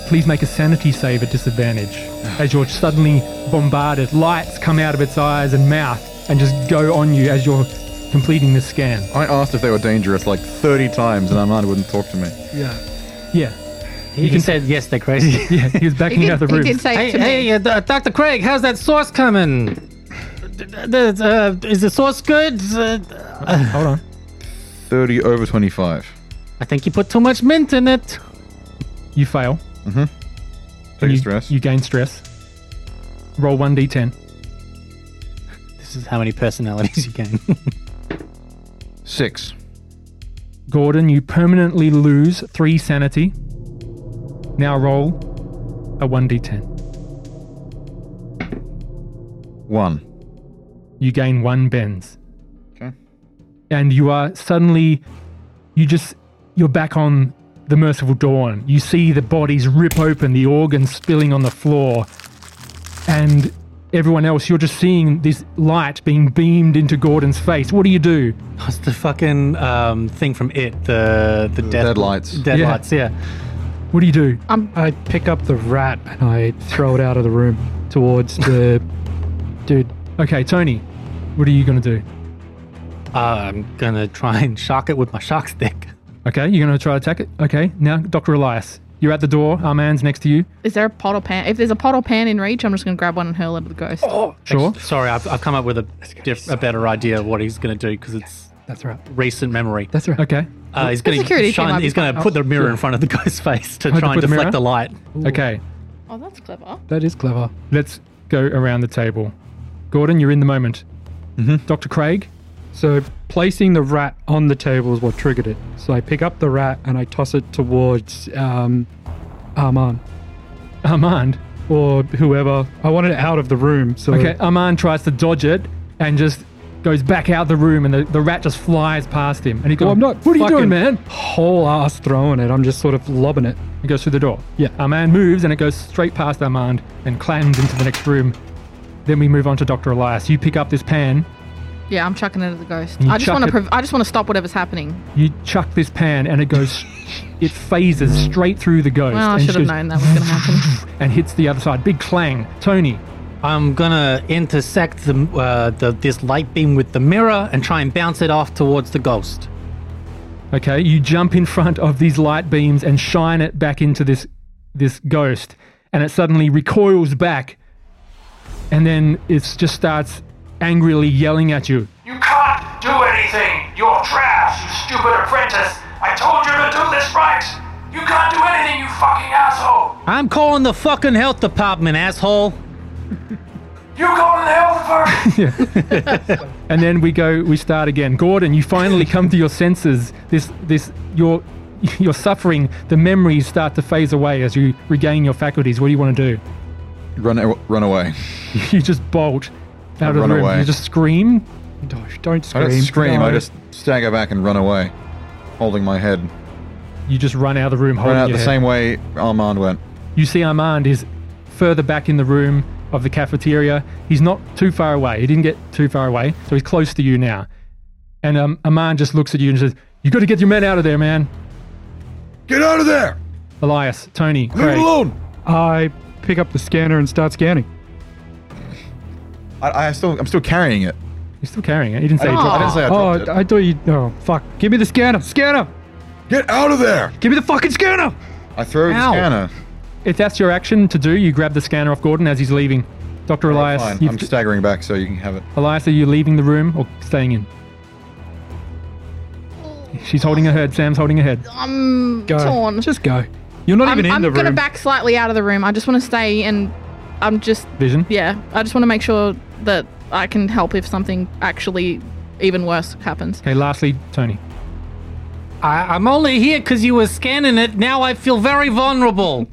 Speaker 2: Please make a sanity save at disadvantage as you're suddenly bombarded. Lights come out of its eyes and mouth and just go on you as you're completing the scan.
Speaker 4: I asked if they were dangerous like 30 times and Armand wouldn't talk to me.
Speaker 2: Yeah,
Speaker 1: He, he said, "Yes, they're crazy."
Speaker 2: yeah, he was
Speaker 5: He
Speaker 2: backing
Speaker 5: did,
Speaker 2: out of the
Speaker 5: he
Speaker 2: room.
Speaker 5: did say
Speaker 1: hey,
Speaker 5: to me.
Speaker 1: hey, uh, D- Dr. Craig, how's that sauce coming? D- d- d- uh, is the sauce good? Uh,
Speaker 2: Hold on.
Speaker 4: 30 over 25.
Speaker 1: I think you put too much mint in it.
Speaker 2: You fail.
Speaker 4: Take
Speaker 2: you,
Speaker 4: a stress.
Speaker 2: You gain stress. Roll 1d10.
Speaker 1: This is how many personalities you gain.
Speaker 4: Six.
Speaker 2: Gordon, you permanently lose three sanity. Now roll a 1d10.
Speaker 4: One.
Speaker 2: You gain one bends.
Speaker 4: Okay.
Speaker 2: And you are suddenly, you just, you're back on the merciful dawn. You see the bodies rip open, the organs spilling on the floor. And everyone else, you're just seeing this light being beamed into Gordon's face. What do you do?
Speaker 1: It's the fucking um, thing from it, the the death,
Speaker 4: Deadlights.
Speaker 1: Deadlights, yeah.
Speaker 2: What do you do?
Speaker 3: I pick up the rat and I throw it out of the room towards the dude.
Speaker 2: Okay, Tony, what are you going to do?
Speaker 1: Uh, I'm gonna try and shock it with my shock stick.
Speaker 2: Okay, you're going to try to attack it? Okay, now, Dr. Elias, you're at the door. Our man's next to you.
Speaker 5: Is there a pot or pan? If there's a pot or pan in reach, I'm just going to grab one and hurl it at the ghost.
Speaker 2: Sure.
Speaker 1: Sorry, I've, I've come up with a, diff- a better idea of what he's gonna do because it's
Speaker 3: That's right.
Speaker 1: recent memory.
Speaker 3: That's right.
Speaker 2: Okay.
Speaker 1: Uh, he's
Speaker 5: The
Speaker 1: gonna
Speaker 5: security team might
Speaker 1: shine,
Speaker 5: be
Speaker 1: he's gonna
Speaker 5: fine.
Speaker 1: put the mirror in front of the ghost's face to
Speaker 2: to
Speaker 1: try and
Speaker 2: put a mirror?
Speaker 1: deflect the light.
Speaker 2: Okay,
Speaker 5: Oh, that's clever.
Speaker 3: That is clever.
Speaker 2: let's go around the table. Gordon, you're in the moment. Dr. Craig,
Speaker 3: So placing the rat on the table is what triggered it. So I pick up the rat and I toss it towards um, Armand
Speaker 2: Armand.
Speaker 3: or whoever. I want it out of the room. So
Speaker 2: Okay, Armand tries to dodge it and just goes back out the room, and the, the rat just flies past him. And he goes,
Speaker 3: Well, Oh, I'm not
Speaker 2: What are you
Speaker 3: fucking-
Speaker 2: doing, man?
Speaker 3: whole ass throwing it. I'm just sort of lobbing it.
Speaker 2: It goes through the door.
Speaker 3: Yeah.
Speaker 2: Armand moves, and it goes straight past Armand and clams into the next room. Then we move on to Dr. Elias. You pick up this pan,
Speaker 5: Yeah, I'm chucking it at the ghost.
Speaker 2: You
Speaker 5: I just
Speaker 2: chuck
Speaker 5: want to.
Speaker 2: it-
Speaker 5: Prov- I just want to stop whatever's happening.
Speaker 2: you chuck this pan, and it goes, it phases straight through the ghost.
Speaker 5: Well, I
Speaker 2: and
Speaker 5: should
Speaker 2: just
Speaker 5: have
Speaker 2: goes
Speaker 5: known that was going to happen.
Speaker 2: And hits the other side. Big clang. Tony,
Speaker 1: I'm gonna intersect the, uh, the this light beam with the mirror and try and bounce it off towards the ghost.
Speaker 2: Okay, you jump in front of these light beams and shine it back into this this ghost, and it suddenly recoils back, and then it just starts angrily yelling at you.
Speaker 7: You can't do anything! You're trash, you stupid apprentice! I told you to do this right! You can't do anything, you fucking asshole!
Speaker 1: I'm calling the fucking health department, asshole.
Speaker 7: You go in the health first!
Speaker 2: And then we go, we start again. Gordon, you finally come to your senses. This this your your suffering, the memories start to phase away as you regain your faculties. What do you want to do?
Speaker 4: Run, a- run away.
Speaker 2: You just bolt out of
Speaker 4: Run
Speaker 2: the room.
Speaker 4: away.
Speaker 2: You just scream.
Speaker 3: Don't, don't
Speaker 4: I
Speaker 3: scream.
Speaker 4: don't scream. I
Speaker 3: No.
Speaker 4: just stagger back and run away, holding my head.
Speaker 2: You just run out of the room. Holding
Speaker 4: Run out
Speaker 2: your
Speaker 4: the
Speaker 2: head.
Speaker 4: same way Armand went.
Speaker 2: You see Armand is further back in the room of the cafeteria. He's not too far away. He didn't get too far away, so he's close to you now. And um, Armand just looks at you and says, "You got to get your men out of there, man."
Speaker 4: Get out of there!
Speaker 2: Elias, Tony,
Speaker 4: Leave it
Speaker 2: Craig.
Speaker 4: alone!
Speaker 3: I pick up the scanner and start scanning.
Speaker 4: I, I still, I'm still carrying it.
Speaker 2: He's still carrying it. He didn't say.
Speaker 4: I
Speaker 2: he dropped
Speaker 4: didn't say I
Speaker 3: Oh,
Speaker 4: dropped it.
Speaker 3: I thought you. Oh, fuck. Give me the scanner. Scanner.
Speaker 4: Get out of there!
Speaker 3: Give me the fucking scanner.
Speaker 4: I throw the
Speaker 1: Ow.
Speaker 4: scanner.
Speaker 2: it. If that's your action to do, you grab the scanner off Gordon as he's leaving. Doctor Elias,
Speaker 4: Oh, Fine,
Speaker 2: you've
Speaker 4: I'm
Speaker 2: j-
Speaker 4: staggering back so you can have it.
Speaker 2: Elias, are you leaving the room or staying in? She's holding her head. Sam's holding her head.
Speaker 5: I'm
Speaker 3: Go.
Speaker 5: torn.
Speaker 3: Just go. You're not
Speaker 5: I'm,
Speaker 3: even in
Speaker 5: I'm
Speaker 3: the
Speaker 5: gonna
Speaker 3: room.
Speaker 5: back slightly out of the room. I just want to stay and I'm just
Speaker 2: Vision.
Speaker 5: yeah. I just want to make sure that I can help if something actually even worse happens.
Speaker 2: Okay. Lastly, Tony.
Speaker 1: I, I'm only here because you were scanning it. Now I feel very vulnerable.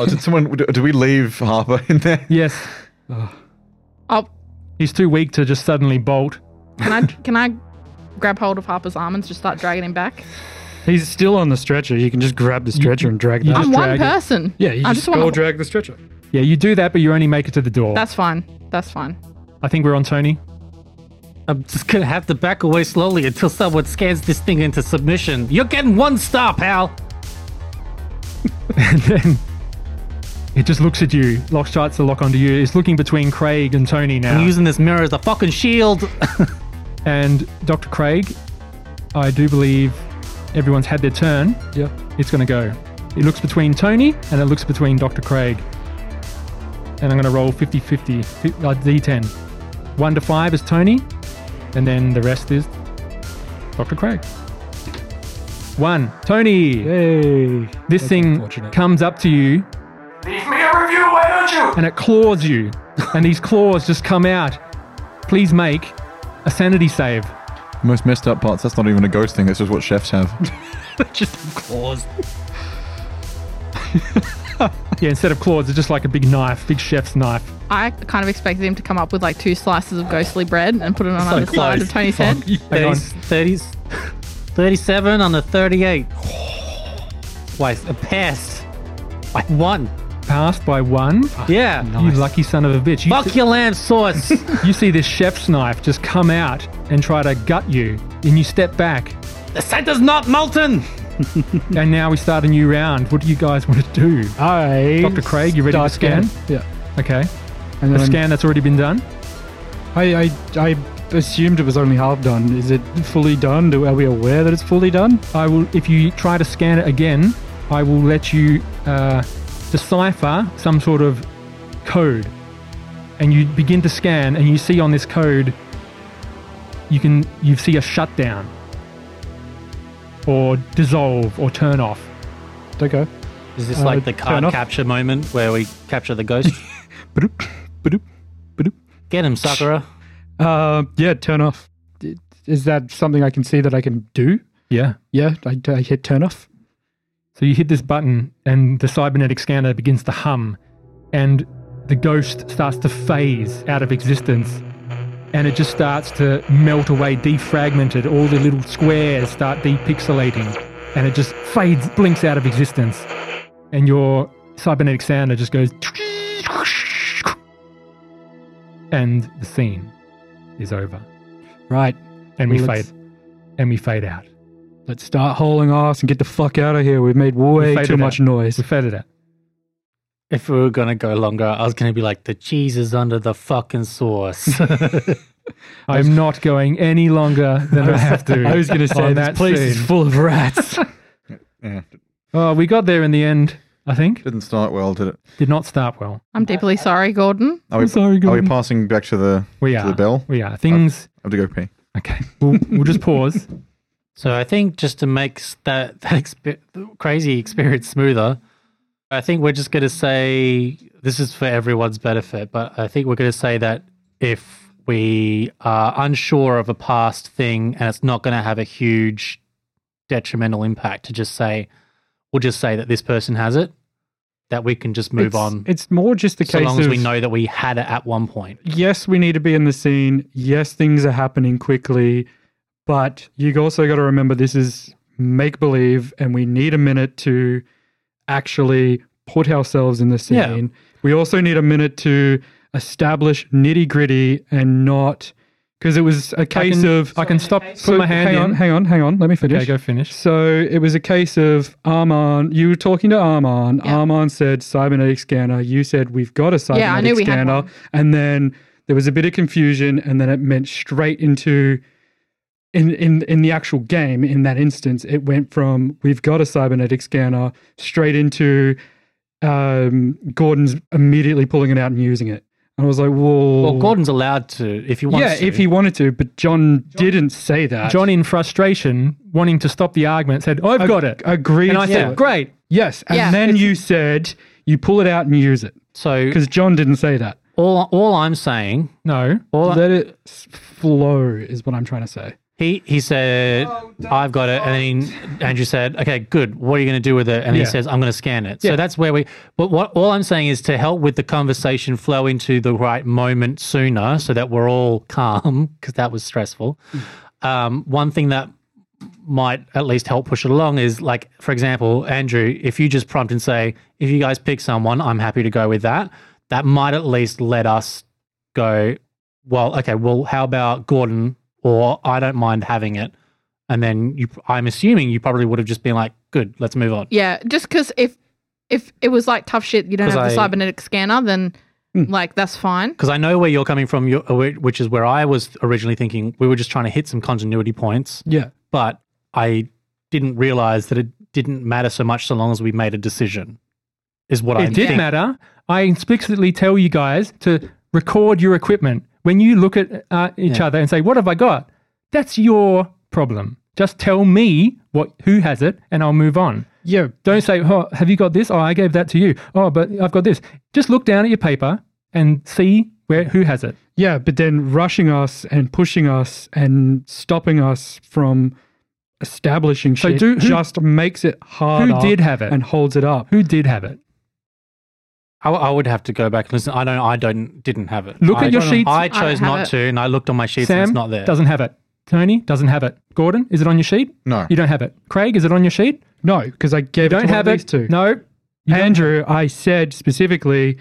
Speaker 4: Oh, did someone? d- Did we leave Harper in there?
Speaker 2: Yes.
Speaker 5: Oh,
Speaker 2: He's too weak to just suddenly bolt.
Speaker 5: can I can I grab hold of Harper's arm and just start dragging him back?
Speaker 3: He's still on the stretcher. You can just grab the stretcher and drag
Speaker 2: you
Speaker 3: that.
Speaker 5: I'm one
Speaker 2: drag it.
Speaker 5: person.
Speaker 3: yeah, you
Speaker 5: I
Speaker 3: just,
Speaker 5: just
Speaker 3: go
Speaker 5: want to.
Speaker 3: drag the stretcher.
Speaker 2: Yeah, you do that, but you only make it to the door.
Speaker 5: That's fine. That's fine.
Speaker 2: I think we're on Tony.
Speaker 1: I'm just gonna have to back away slowly until someone scans this thing into submission. You're getting one star, pal.
Speaker 2: And then it just looks at you. Lock starts to lock onto you. It's looking between Craig and Tony now.
Speaker 1: I'm using this mirror as a fucking shield.
Speaker 2: and Dr. Craig, I do believe everyone's had their turn.
Speaker 3: Yeah.
Speaker 2: It's going to go. It looks between Tony and it looks between Dr. Craig. And I'm going to roll 50 50, uh, D10. 1 to 5 is Tony, and then the rest is Dr. Craig. 1. Tony!
Speaker 3: Hey.
Speaker 2: This thing
Speaker 3: unfortunate.
Speaker 2: comes up to you
Speaker 7: Leave me a review, why don't you?
Speaker 2: and it claws you, and these claws just come out. Please make a sanity save.
Speaker 4: Most messed up parts. That's not even a ghost thing. That's just what chefs have.
Speaker 1: just claws.
Speaker 2: Yeah, instead of claws, it's just like a big knife, big chef's knife.
Speaker 5: I kind of expected him to come up with like two slices of ghostly bread and put it on either side of
Speaker 1: close.
Speaker 5: Tony's head.
Speaker 2: Hang on.
Speaker 1: 30, 37 on a 38. Why, a pass. By one.
Speaker 2: passed by one.
Speaker 1: Yeah.
Speaker 2: You lucky son of a bitch. You,
Speaker 1: Oh, Fuck your lamb sauce.
Speaker 2: you see this chef's knife just come out and try to gut you, and you step back.
Speaker 1: the center's not molten.
Speaker 2: And now we start a new round. What do you guys want to do?
Speaker 3: I
Speaker 2: Dr. Craig, you ready to
Speaker 3: start
Speaker 2: scan?
Speaker 3: Yeah.
Speaker 2: Okay.
Speaker 3: And
Speaker 2: A
Speaker 3: then
Speaker 2: scan that's already been done.
Speaker 3: I, I I assumed it was only half done. Is it fully done? Do are we aware that it's fully done?
Speaker 2: I will. If you try to scan it again, I will let you uh, decipher some sort of code. And you begin to scan, and you see on this code, you can you see a shutdown, or dissolve, or turn off.
Speaker 3: Okay.
Speaker 1: Is this
Speaker 3: Uh,
Speaker 1: like the
Speaker 3: turn
Speaker 1: card
Speaker 3: off.
Speaker 1: capture moment where we capture the ghost?
Speaker 3: Ba-doop, ba-doop, ba-doop.
Speaker 1: Get him, sucker.
Speaker 3: Uh, yeah, turn off. I- Is that something I can see that I can do?
Speaker 2: Yeah.
Speaker 3: Yeah, I, I hit turn off.
Speaker 2: So you hit this button, and the cybernetic scanner begins to hum, and the ghost starts to phase out of existence, and it just starts to melt away, defragmented. All the little squares start depixelating, and it just fades, blinks out of existence, and your cybernetic scanner just goes, and the scene is over,
Speaker 3: Right.
Speaker 2: and we
Speaker 3: Well,
Speaker 2: fade,
Speaker 3: let's-
Speaker 2: and we fade out.
Speaker 3: Let's start hauling ass and get the fuck out of here. We've made way
Speaker 2: faded
Speaker 3: too
Speaker 2: out.
Speaker 3: much noise.
Speaker 2: We faded out.
Speaker 1: If we were gonna go longer, I was gonna be like, the cheese is under the fucking sauce.
Speaker 2: I'm not going any longer than I have to.
Speaker 3: I was going to say
Speaker 2: on
Speaker 3: this
Speaker 2: that
Speaker 3: place is
Speaker 2: scene.
Speaker 3: full of rats.
Speaker 4: Yeah,
Speaker 2: Oh, we got there in the end. I think
Speaker 4: didn't start well, did it?
Speaker 2: did not start well.
Speaker 5: I'm deeply sorry, Gordon.
Speaker 4: Are we,
Speaker 2: sorry,
Speaker 4: Are
Speaker 2: Gordon.
Speaker 4: we passing back to the?
Speaker 2: We
Speaker 4: To
Speaker 2: are
Speaker 4: the bell? Uh,
Speaker 2: We are things.
Speaker 4: I have to go pee.
Speaker 2: okay, we'll, we'll just pause.
Speaker 1: so I think just to make s- that that expe- crazy experience smoother, I think we're just gonna say this is for everyone's benefit. But I think we're gonna say that if we are unsure of a past thing and it's not gonna have a huge detrimental impact, to just say we'll just say that this person has it, that we can just move
Speaker 3: it's,
Speaker 1: on.
Speaker 3: It's more just the
Speaker 1: so
Speaker 3: case
Speaker 1: long
Speaker 3: of
Speaker 1: as we know that we had it at one point.
Speaker 3: yes, we need to be in the scene. Yes, things are happening quickly, but you also got to remember this is make believe, and we need a minute to actually put ourselves in the scene.
Speaker 1: Yeah.
Speaker 3: We also need a minute to establish nitty gritty and not because it was a case
Speaker 2: can-
Speaker 3: of
Speaker 2: I can stop. Put
Speaker 3: so
Speaker 2: my hand
Speaker 3: hang on,
Speaker 2: in.
Speaker 3: hang on, hang on. Let me finish.
Speaker 2: okay, go finish.
Speaker 3: So it was a case of Arman. You were talking to Arman.
Speaker 5: Yeah.
Speaker 3: Arman said cybernetic scanner. You said we've got a cybernetic
Speaker 5: Yeah, I knew we had
Speaker 3: scanner.
Speaker 5: one.
Speaker 3: And then there was a bit of confusion, and then it meant straight into in in in the actual game. In that instance, it went from we've got a cybernetic scanner straight into um, Gordon's immediately pulling it out and using it. And I was like, whoa.
Speaker 1: Well, Gordon's allowed to if he wants.
Speaker 3: yeah,
Speaker 1: to.
Speaker 3: if he wanted to, but John, didn't say that.
Speaker 2: John, in frustration, wanting to stop the argument, said, "I've got it,"
Speaker 3: agreed.
Speaker 2: and I
Speaker 3: to it.
Speaker 2: said, "Great."
Speaker 3: Yes, and
Speaker 5: Yeah.
Speaker 3: then you said you pull it out and use it
Speaker 1: So
Speaker 3: because John didn't say that.
Speaker 1: all all I'm saying,
Speaker 2: No,
Speaker 1: all
Speaker 3: Let it s- flow is what I'm trying to say.
Speaker 1: he he said, I've got it, and then he, Andrew said, Okay, good. What are you going to do with it? And he
Speaker 2: Yeah.
Speaker 1: says, I'm going to scan it.
Speaker 2: Yeah.
Speaker 1: So that's where we. But what all I'm saying is to help with the conversation flow into the right moment sooner, so that we're all calm because that was stressful. Um, one thing that might at least help push it along is like, for example, Andrew, if you just prompt and say, if you guys pick someone, I'm happy to go with that, that might at least let us go, well, okay, well, how about Gordon or I don't mind having it. And then you, I'm assuming you probably would have just been like, good, let's move on.
Speaker 5: Yeah, just because if if it was like tough shit, you don't
Speaker 1: 'Cause
Speaker 5: have the
Speaker 1: I-
Speaker 5: cybernetic scanner, then
Speaker 3: Hmm.
Speaker 5: like that's fine.
Speaker 1: Because I know where you're coming from, you which is where I was originally thinking we were just trying to hit some continuity points,
Speaker 3: Yeah,
Speaker 1: but I didn't realize that it didn't matter so much so long as we made a decision, is what I
Speaker 2: it did
Speaker 1: think.
Speaker 2: matter. I explicitly tell you guys to record your equipment when you look at uh, each
Speaker 1: Yeah.
Speaker 2: other and say, "What have I got?" That's your problem. Just tell me what who has it, and I'll move on.
Speaker 3: yeah,
Speaker 2: Don't say, "Oh, have you got this?" Oh, I gave that to you. Oh, but I've got this. Just look down at your paper and see where who has it.
Speaker 3: yeah. But then rushing us and pushing us and stopping us from establishing
Speaker 2: So
Speaker 3: shit
Speaker 2: do- who-
Speaker 3: just makes it harder.
Speaker 2: did have it?
Speaker 3: and holds it up?
Speaker 2: Who did have it?
Speaker 1: I, I would have to go back and listen. I don't. I don't. Didn't have it.
Speaker 2: Look at
Speaker 1: I-
Speaker 2: your sheets.
Speaker 1: I chose
Speaker 5: I don't have
Speaker 1: not
Speaker 5: it.
Speaker 1: to, and I looked on my sheets and
Speaker 2: Sam
Speaker 1: it's not there.
Speaker 2: doesn't have it. Tony doesn't have it. Gordon, is it on your sheet?
Speaker 4: No.
Speaker 2: You don't have it. Craig, is it on your sheet?
Speaker 3: No, because I gave
Speaker 2: Don't
Speaker 3: it to
Speaker 2: have
Speaker 3: one of
Speaker 2: it.
Speaker 3: these two.
Speaker 2: No.
Speaker 3: Andrew, I said specifically,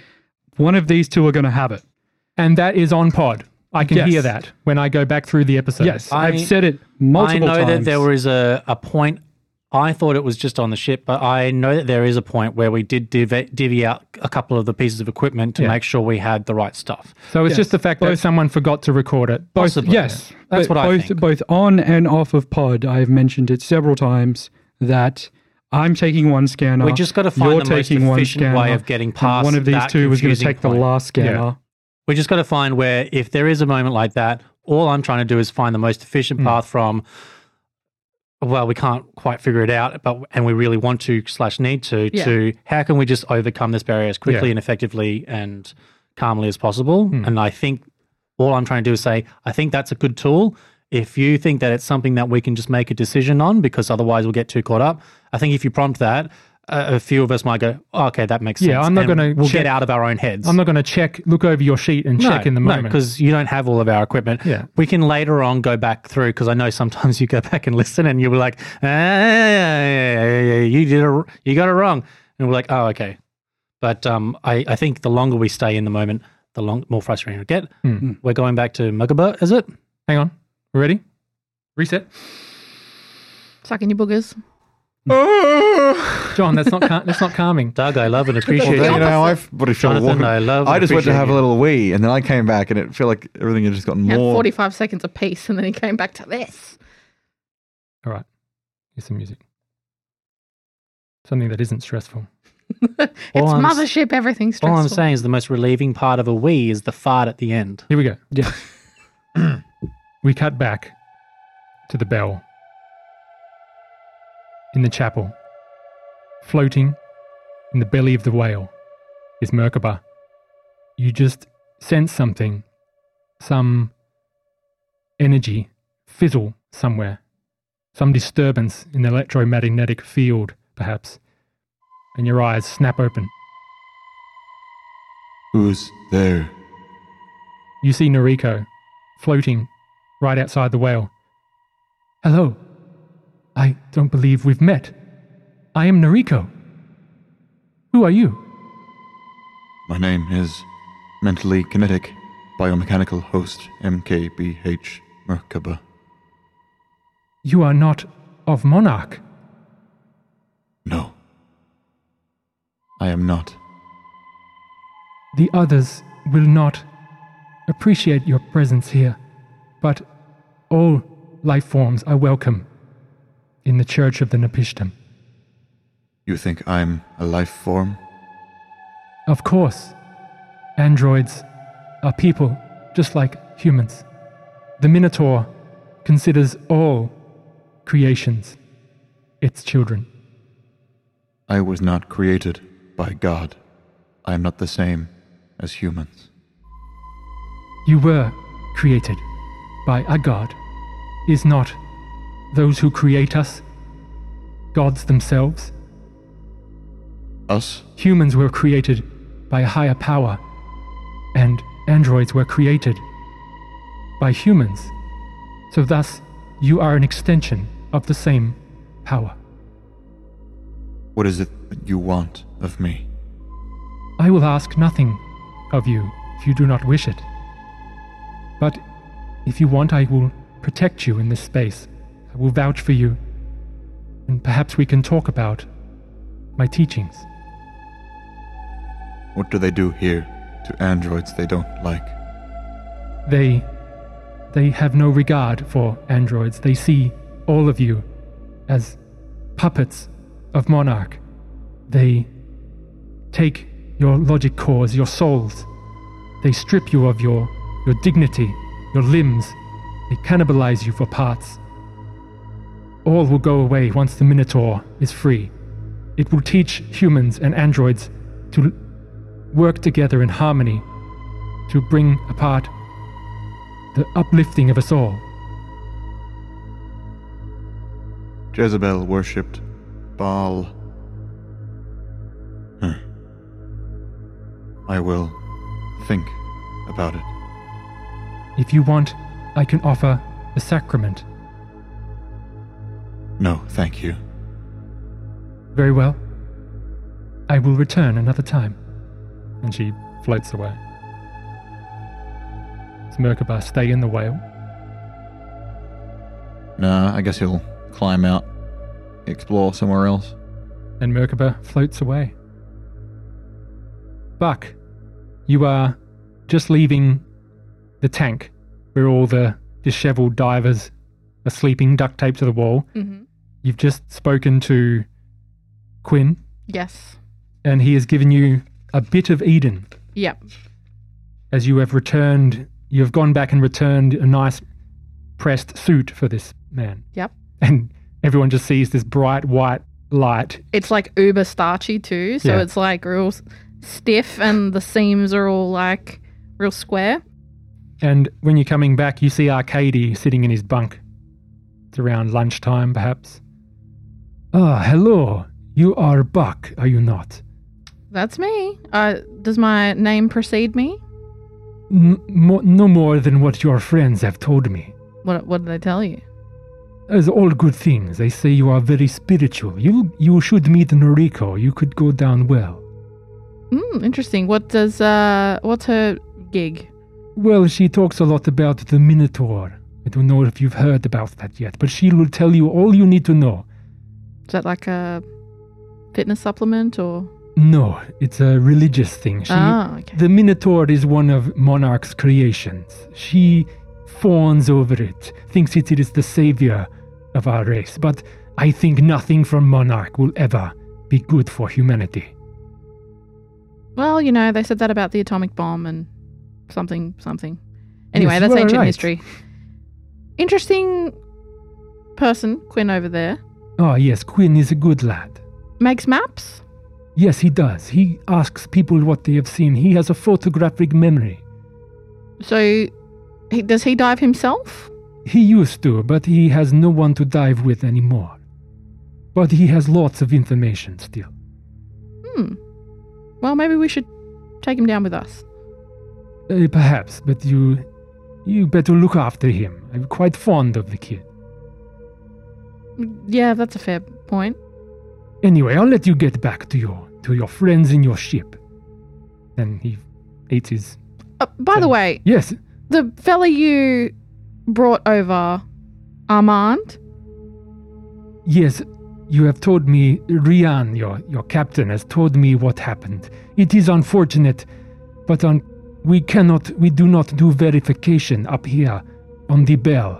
Speaker 3: one of these two are going to have it.
Speaker 2: And that is on pod. I can
Speaker 3: Yes.
Speaker 2: hear that when I go back through the episode.
Speaker 3: Yes,
Speaker 1: I-
Speaker 3: I, have said it multiple
Speaker 1: I know
Speaker 3: times.
Speaker 1: that there was a, a point. I thought it was just on the ship, but I know that there is a point where we did div- divvy out a couple of the pieces of equipment to
Speaker 2: Yeah.
Speaker 1: make sure we had the right stuff.
Speaker 2: So it's
Speaker 3: Yes.
Speaker 2: just the fact that someone forgot to record it.
Speaker 3: both,
Speaker 1: Possibly.
Speaker 3: Yes,
Speaker 1: That's
Speaker 3: but
Speaker 1: what I
Speaker 3: both,
Speaker 1: think.
Speaker 3: Both on and off of pod, I've mentioned it several times that I'm taking one scanner.
Speaker 1: We just gotta find
Speaker 3: you're
Speaker 1: the most
Speaker 3: taking one
Speaker 1: efficient
Speaker 3: scanner,
Speaker 1: way of getting
Speaker 3: and
Speaker 1: past
Speaker 3: One of these
Speaker 1: that
Speaker 3: two was going to
Speaker 1: confusing
Speaker 3: take the
Speaker 1: point.
Speaker 3: last scanner.
Speaker 2: Yeah.
Speaker 1: We just got to find where, if there is a moment like that, all I'm trying to do is find the most efficient
Speaker 2: Hmm.
Speaker 1: path from. Well, we can't quite figure it out, but and we really want to slash need to.
Speaker 5: Yeah.
Speaker 1: To how can we just overcome this barrier as quickly
Speaker 2: Yeah. Hmm.
Speaker 1: and effectively and calmly as possible? And I think all I'm trying to do is say I think that's a good tool. If you think that it's something that we can just make a decision on, because otherwise we'll get too caught up. I think if you prompt that, uh, a few of us might go, oh, "Okay, that makes sense."
Speaker 2: Yeah, I'm not
Speaker 1: and
Speaker 2: gonna
Speaker 1: We'll
Speaker 2: check-
Speaker 1: get out of our own heads.
Speaker 2: I'm not going to check, look over your sheet and check in the moment.
Speaker 1: because you don't have all of our equipment.
Speaker 2: Yeah.
Speaker 1: we can later on go back through because I know sometimes you go back and listen and you'll be like, "Ah, you did a, you got it wrong, and we're like, oh okay. But um, I, I think the longer we stay in the moment, the long more frustrating it'll get.
Speaker 2: Hmm.
Speaker 1: We're going back to Mugaba, is it?
Speaker 2: hang on, we ready? Reset,
Speaker 5: Sucking your boogers.
Speaker 2: John. That's not cal- that's not calming.
Speaker 1: Doug, I love and appreciate
Speaker 4: Well, then, you
Speaker 1: you.
Speaker 4: know, I've but if you're
Speaker 1: Jonathan,
Speaker 4: walking-
Speaker 1: I love
Speaker 4: I
Speaker 1: and
Speaker 4: just went to
Speaker 1: appreciate
Speaker 4: have a
Speaker 1: you.
Speaker 4: little wee, and then I came back, and it felt like everything had just gotten
Speaker 5: Had
Speaker 4: more.
Speaker 5: 45 seconds apiece, and then he came back to this.
Speaker 2: All right, here's some music. Something that isn't stressful.
Speaker 5: It's
Speaker 1: All I'm s-
Speaker 5: mothership, everything's stressful.
Speaker 1: All I'm saying is the most relieving part of a wee is the fart at the end.
Speaker 2: Here we go. Yeah. we cut back to the bell in the chapel. Floating in the belly of the whale is Merkaba. You just sense something, some energy fizzle somewhere, some disturbance in the electromagnetic field, perhaps, and your eyes snap open.
Speaker 4: Who's there?
Speaker 2: you see Noriko floating right outside the whale. Hello. I don't believe we've met. I am Noriko. Who are you?
Speaker 4: My name is mentally kinetic biomechanical host MKBH Merkaba.
Speaker 2: You are not of Monarch.
Speaker 4: No, I am not.
Speaker 2: The others will not appreciate your presence here, but all life forms are welcome in the Church of the Nepishtim.
Speaker 4: You think I'm a life form?
Speaker 2: Of course, androids are people just like humans. The Minotaur considers all creations its children.
Speaker 4: I was not created by God. I am not the same as humans.
Speaker 2: You were created by a god. Is not those who create us gods themselves?
Speaker 4: Us?
Speaker 2: Humans were created by a higher power, and androids were created by humans. So, thus, you are an extension of the same power.
Speaker 4: What is it that you want of me?
Speaker 2: I will ask nothing of you if you do not wish it. But if you want, I will protect you in this space. I will vouch for you, and perhaps we can talk about my teachings.
Speaker 4: What do they do here to androids they don't like?
Speaker 2: They they have no regard for androids. They see all of you as puppets of Monarch. They take your logic cores, your souls. They strip you of your your dignity, your limbs. They cannibalize you for parts. All will go away once the Minotaur is free. It will teach humans and androids to l- work together in harmony to bring apart the uplifting of us all.
Speaker 4: Jezebel worshipped Baal. Huh. I will think about it.
Speaker 2: If you want, I can offer the sacrament.
Speaker 4: No, thank you.
Speaker 2: Very well. I will return another time. And she floats away. Does Merkaba stay in the whale?
Speaker 4: Nah, I guess he'll climb out, explore somewhere else.
Speaker 2: and Merkaba floats away. Buck, you are just leaving the tank where all the disheveled divers are sleeping, duct taped to the wall.
Speaker 5: Mm-hmm.
Speaker 2: You've just spoken to Quinn,
Speaker 5: Yes.
Speaker 2: and he has given you a bit of Eden
Speaker 5: Yep.
Speaker 2: as you have returned. You have gone back and returned a nice pressed suit for this man.
Speaker 5: Yep.
Speaker 2: And everyone just sees this bright white light
Speaker 5: It's like uber starchy too, so
Speaker 2: Yeah.
Speaker 5: it's like real s- stiff, and the seams are all like real square.
Speaker 2: And when you're coming back, you see Arcady sitting in his bunk. It's around lunchtime, perhaps. Ah, hello. You are Buck, are you not?
Speaker 5: That's me. Uh, does my name precede me?
Speaker 2: N- mo- no more than what your friends have told me.
Speaker 5: What What did they tell you?
Speaker 2: As all good things, they say you are very spiritual. You you should meet Noriko. You could go down well.
Speaker 5: Hmm. Interesting. What does uh What's her gig?
Speaker 2: Well, she talks a lot about the Minotaur. I don't know if you've heard about that yet, but she will tell you all you need to know.
Speaker 5: Is that like a fitness supplement or?
Speaker 2: No, it's a religious thing. She
Speaker 5: ah, okay.
Speaker 2: The Minotaur is one of Monarch's creations. She fawns over it, thinks it is the savior of our race, but I think nothing from Monarch will ever be good for humanity.
Speaker 5: Well, you know, they said that about the atomic bomb and something, something. Anyway,
Speaker 2: Yes,
Speaker 5: that's
Speaker 2: you are
Speaker 5: ancient
Speaker 2: right.
Speaker 5: history. Interesting person, Quinn over there,
Speaker 2: Ah, yes, Quinn is a good lad.
Speaker 5: makes maps.
Speaker 2: Yes, he does. He asks people what they have seen. He has a photographic memory.
Speaker 5: So, he, does he dive himself?
Speaker 2: He used to, but he has no one to dive with anymore. But he has lots of information still.
Speaker 5: Hmm. Well, maybe we should take him down with us.
Speaker 2: Uh, perhaps, but you you better look after him. I'm quite fond of the kid.
Speaker 5: Yeah, that's a fair point.
Speaker 2: Anyway, I'll let you get back to your to your friends in your ship. And he eats his
Speaker 5: Uh, by the
Speaker 2: So-
Speaker 5: way,
Speaker 2: Yes.
Speaker 5: the fella you brought over, Armand.
Speaker 2: Yes, you have told me Rian, your your captain, has told me what happened. It is unfortunate, but on we cannot we do not do verification up here on the bell.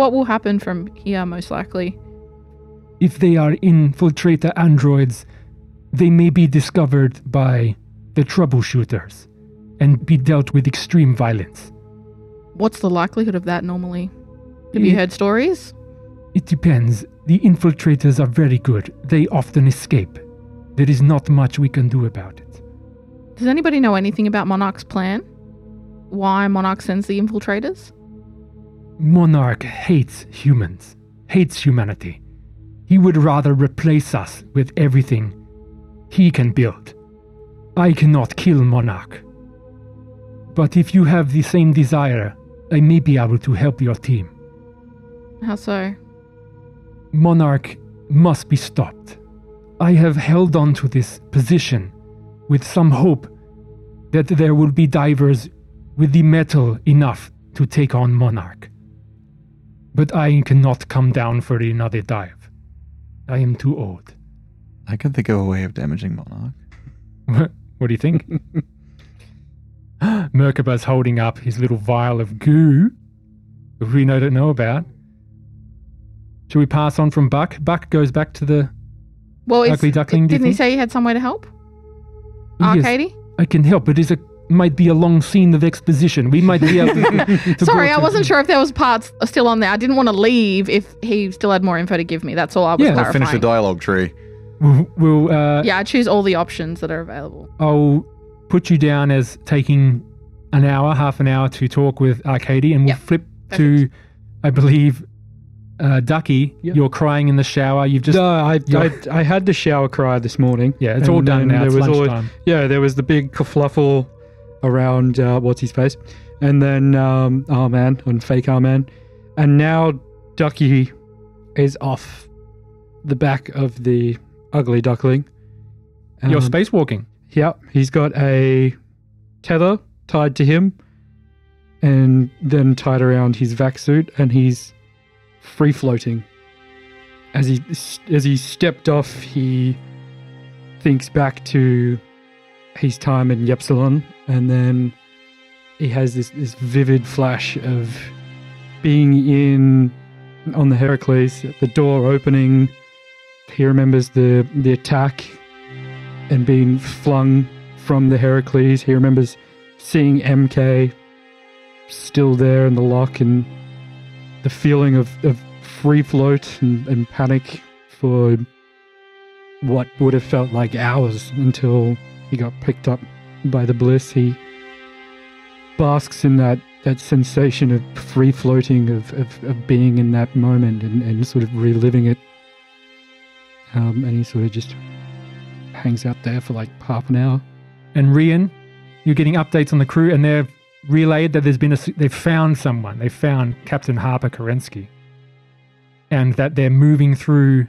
Speaker 5: What will happen from here, most likely?
Speaker 2: if they are infiltrator androids, they may be discovered by the troubleshooters and be dealt with extreme violence.
Speaker 5: What's the likelihood of that normally? Have you
Speaker 2: It-
Speaker 5: heard stories?
Speaker 2: It depends. The infiltrators are very good. They often escape. There is not much we can do about it.
Speaker 5: Does anybody know anything about Monarch's plan? Why Monarch sends the infiltrators?
Speaker 2: Monarch hates humans, hates humanity. He would rather replace us with everything he can build. I cannot kill Monarch. But if you have the same desire, I may be able to help your team.
Speaker 5: How so?
Speaker 2: Monarch must be stopped. I have held on to this position with some hope that there will be divers with the metal enough to take on Monarch. But I cannot come down for another dive. I am too old.
Speaker 4: I can think of a way of damaging Monarch.
Speaker 2: what do you think? Merkaba's holding up his little vial of goo that we know don't know about. Should we pass on from Buck? Buck goes back to the
Speaker 5: Well, it's,
Speaker 2: Ugly duckling, do you
Speaker 5: didn't he
Speaker 2: think?
Speaker 5: say he had somewhere to help?
Speaker 2: Yes.
Speaker 5: Arcady?
Speaker 2: I can help. It is a might be a long scene of exposition. We might be able to. to
Speaker 5: Sorry,
Speaker 2: go
Speaker 5: I
Speaker 2: to-
Speaker 5: wasn't sure if there was parts still on there. I didn't want to leave if he still had more info to give me. That's all I was
Speaker 2: Yeah. We'll
Speaker 4: We'll finish the
Speaker 5: clarifying.
Speaker 4: dialogue tree.
Speaker 2: We'll, we'll, uh,
Speaker 5: yeah, I choose all the options that are available.
Speaker 2: I'll put you down as taking an hour, half an hour to talk with Arcady, and we'll
Speaker 5: Yep.
Speaker 2: flip to, I believe, uh, Ducky.
Speaker 3: Yep.
Speaker 2: You're crying in the shower. You've just
Speaker 3: no, I, I,
Speaker 2: you're-
Speaker 3: I had the shower cry this morning.
Speaker 2: yeah,
Speaker 3: and
Speaker 2: it's all done
Speaker 3: then
Speaker 2: now. It's
Speaker 3: was all-
Speaker 2: lunchtime.
Speaker 3: yeah, there was the big kerfluffle around uh, what's his face, and then um, our man and fake our man, and now Ducky is off the back of the ugly duckling,
Speaker 2: You're
Speaker 3: Um,
Speaker 2: spacewalking.
Speaker 3: Yep, he's got a tether tied to him and then tied around his vac suit and he's free floating. As he as he stepped off, he thinks back to his time in Ypsilon and then he has this, this vivid flash of being in on the Heracles, the door opening. He remembers the the attack and being flung from the Heracles. He remembers seeing MK still there in the lock and the feeling of, of free float and, and panic for what would have felt like hours until he got picked up by the bliss. He basks in that, that sensation of free floating, of, of, of being in that moment and, and sort of reliving it. Um, and he sort of just hangs out there for like half an hour.
Speaker 2: And Rian, you're getting updates on the crew, and they've relayed that there's been a, s- they've found someone. They found Captain Harper Kerensky, and that they're moving through.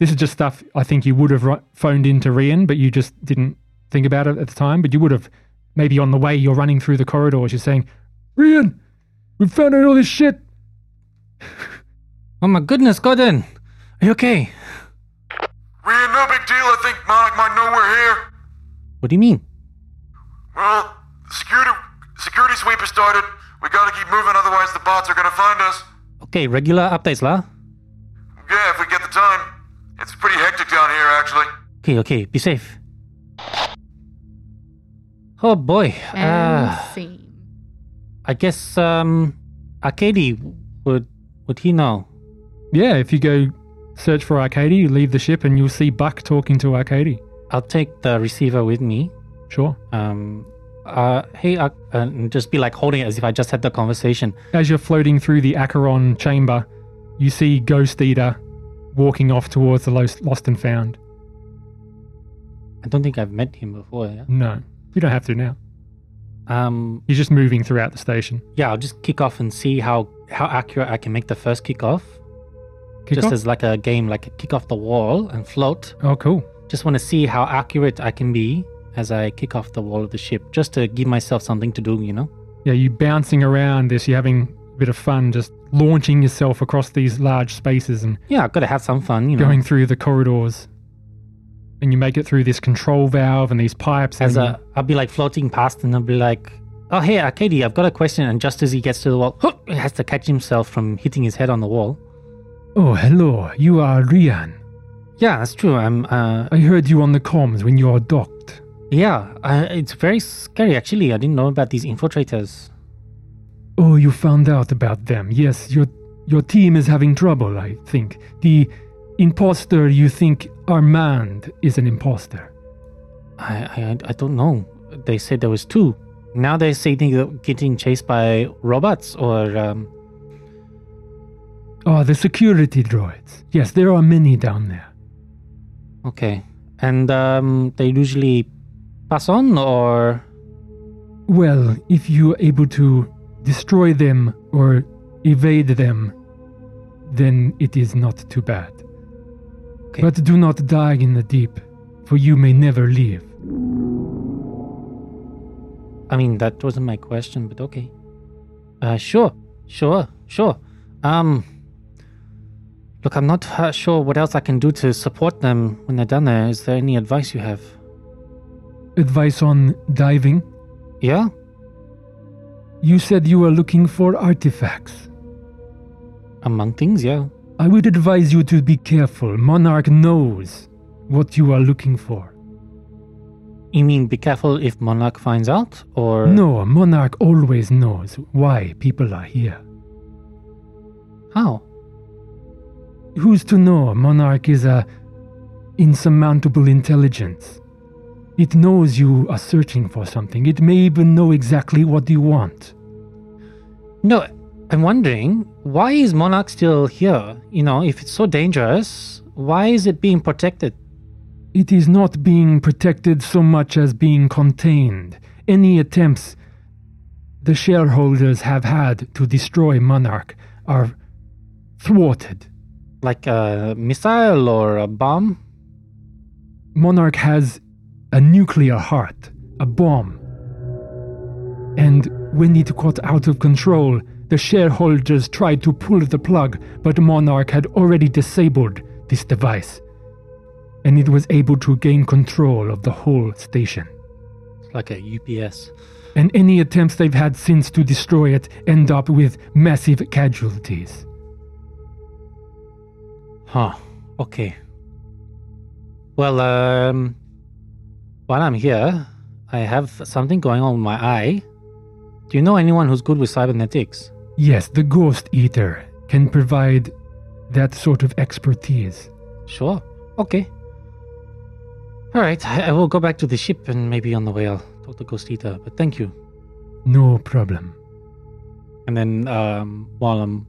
Speaker 2: This is just stuff I think you would have ri- phoned in to Rian, but you just didn't think about it at the time. But you would have maybe on the way you're running through the corridors, you're saying, "Rian, we found out all this shit."
Speaker 1: Oh my goodness, Gordon. Are you okay?
Speaker 7: Rian, no big deal. I think Mog might know we're here.
Speaker 1: What do you mean?
Speaker 7: Well, the security security sweep has started. We gotta keep moving, otherwise the bots are gonna find us.
Speaker 1: Okay, regular updates, la.
Speaker 7: Yeah, if we get the time. It's pretty hectic down here, actually.
Speaker 1: Okay, okay, be safe. Oh boy.
Speaker 5: And
Speaker 2: Ah.
Speaker 1: Uh,
Speaker 5: scene.
Speaker 1: I guess um Arcady would would he know?
Speaker 2: Yeah, if you go search for Arcady, you leave the ship, and you'll see Buck talking to Arcady.
Speaker 1: I'll take the receiver with me.
Speaker 2: Sure.
Speaker 1: Um uh hey Ar- and just be like holding it as if I just had the conversation.
Speaker 2: As you're floating through the Acheron chamber, you see Ghost Eater walking off towards the los- Lost and Found.
Speaker 1: I don't think I've met him before. Yeah?
Speaker 2: No, you don't have to now.
Speaker 1: Um
Speaker 2: He's just moving throughout the station.
Speaker 1: yeah, I'll just kick off and see how how accurate I can make the first kick off.
Speaker 2: Kick
Speaker 1: just
Speaker 2: off?
Speaker 1: as like a game, like kick off the wall and float.
Speaker 2: oh, cool.
Speaker 1: Just want to see how accurate I can be as I kick off the wall of the ship, just to give myself something to do, you know?
Speaker 2: Yeah, you bouncing around this. You're having a bit of fun, just launching yourself across these large spaces and
Speaker 1: Yeah, I've got to have some fun, you know?
Speaker 2: going through the corridors. And you make it through this control valve and these pipes.
Speaker 1: as
Speaker 2: and
Speaker 1: a, I'll be like floating past and I'll be like, oh, hey, Arcady, I've got a question. And just as he gets to the wall, he has to catch himself from hitting his head on the wall.
Speaker 2: oh, hello. You are Rian.
Speaker 1: Yeah, that's true. I'm, uh,
Speaker 2: I heard you on the comms when you're docked.
Speaker 1: yeah, uh, it's very scary, actually. I didn't know about these infiltrators.
Speaker 2: Oh, you found out about them. Yes, your your team is having trouble, I think. The imposter you think Armand is an imposter.
Speaker 1: I, I, I don't know. They said there was two. Now they say they're getting chased by robots or um,
Speaker 2: Oh, the security droids. Yes, there are many down there.
Speaker 1: okay, and um, they usually pass on or
Speaker 2: Well, if you are able to destroy them or evade them, then it is not too bad.
Speaker 1: Okay.
Speaker 2: But do not die in the deep, for you may never leave.
Speaker 1: I mean that wasn't my question, but okay. Uh, sure, sure, sure. Um, look, I'm not uh, sure what else I can do to support them when they're down there. Is there any advice you have?
Speaker 2: Advice on diving?
Speaker 1: Yeah.
Speaker 2: You said you were looking for artifacts.
Speaker 1: Among things, yeah.
Speaker 2: I would advise you to be careful. Monarch knows what you are looking for.
Speaker 1: You mean be careful if Monarch finds out, or
Speaker 2: No, Monarch always knows why people are here.
Speaker 1: How?
Speaker 2: Who's to know? Monarch is a insurmountable intelligence. It knows you are searching for something. It may even know exactly what you want.
Speaker 1: No, I'm wondering why is Monarch still here? You know, if it's so dangerous, why is it being protected?
Speaker 2: It is not being protected so much as being contained. Any attempts the shareholders have had to destroy Monarch are thwarted.
Speaker 1: Like a missile or a bomb?
Speaker 2: Monarch has a nuclear heart, a bomb. And when it got out of control, the shareholders tried to pull the plug, but Monarch had already disabled this device. And it was able to gain control of the whole station.
Speaker 1: It's like a UPS.
Speaker 2: And any attempts they've had since to destroy it end up with massive casualties.
Speaker 1: Huh. Okay. Well, um, while I'm here, I have something going on with my eye. Do you know anyone who's good with cybernetics?
Speaker 2: Yes, the Ghost Eater can provide that sort of expertise.
Speaker 1: Sure. Okay. All right. I, I will go back to the ship and maybe on the way I'll talk to Ghost Eater. But thank you.
Speaker 2: No problem.
Speaker 1: And then um, while I'm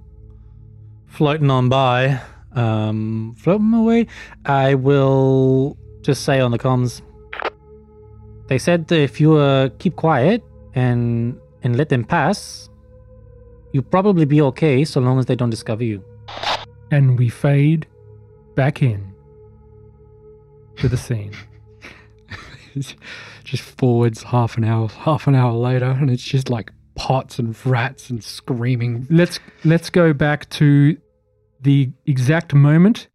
Speaker 1: floating on by, um, floating away, I will just say on the comms. They said that if you uh, keep quiet and and let them pass, you'll probably be okay so long as they don't discover you.
Speaker 2: And we fade back in to the scene.
Speaker 3: just forwards half an hour, half an hour later, and it's just like pots and rats and screaming.
Speaker 2: let's let's go back to the exact moment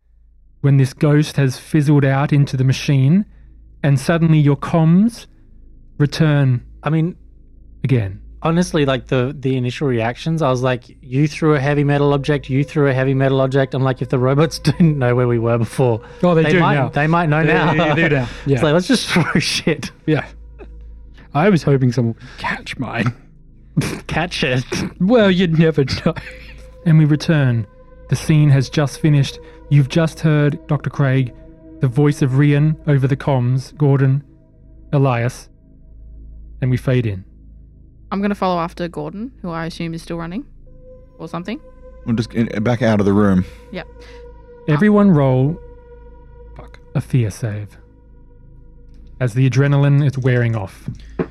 Speaker 2: when this ghost has fizzled out into the machine and suddenly your comms return
Speaker 1: I mean,
Speaker 2: again
Speaker 1: honestly, like the the initial reactions, I was like, "You threw a heavy metal object. You threw a heavy metal object." I'm like, if the robots didn't know where we were before,
Speaker 3: Oh, they, do
Speaker 1: might,
Speaker 3: now.
Speaker 1: They might know
Speaker 3: They-
Speaker 1: now.
Speaker 3: they do now. Yeah.
Speaker 1: It's like let's just throw shit,
Speaker 3: yeah. I was hoping someone would catch mine.
Speaker 1: catch it.
Speaker 3: Well, you'd never know.
Speaker 2: and we return the scene has just finished you've just heard dr craig the voice of rian over the comms gordon elias and we fade in
Speaker 5: I'm going to follow after Gordon, who I assume is still running or something.
Speaker 4: I'm just in, back out of the room.
Speaker 2: Everyone roll a fear save. As the adrenaline is wearing off.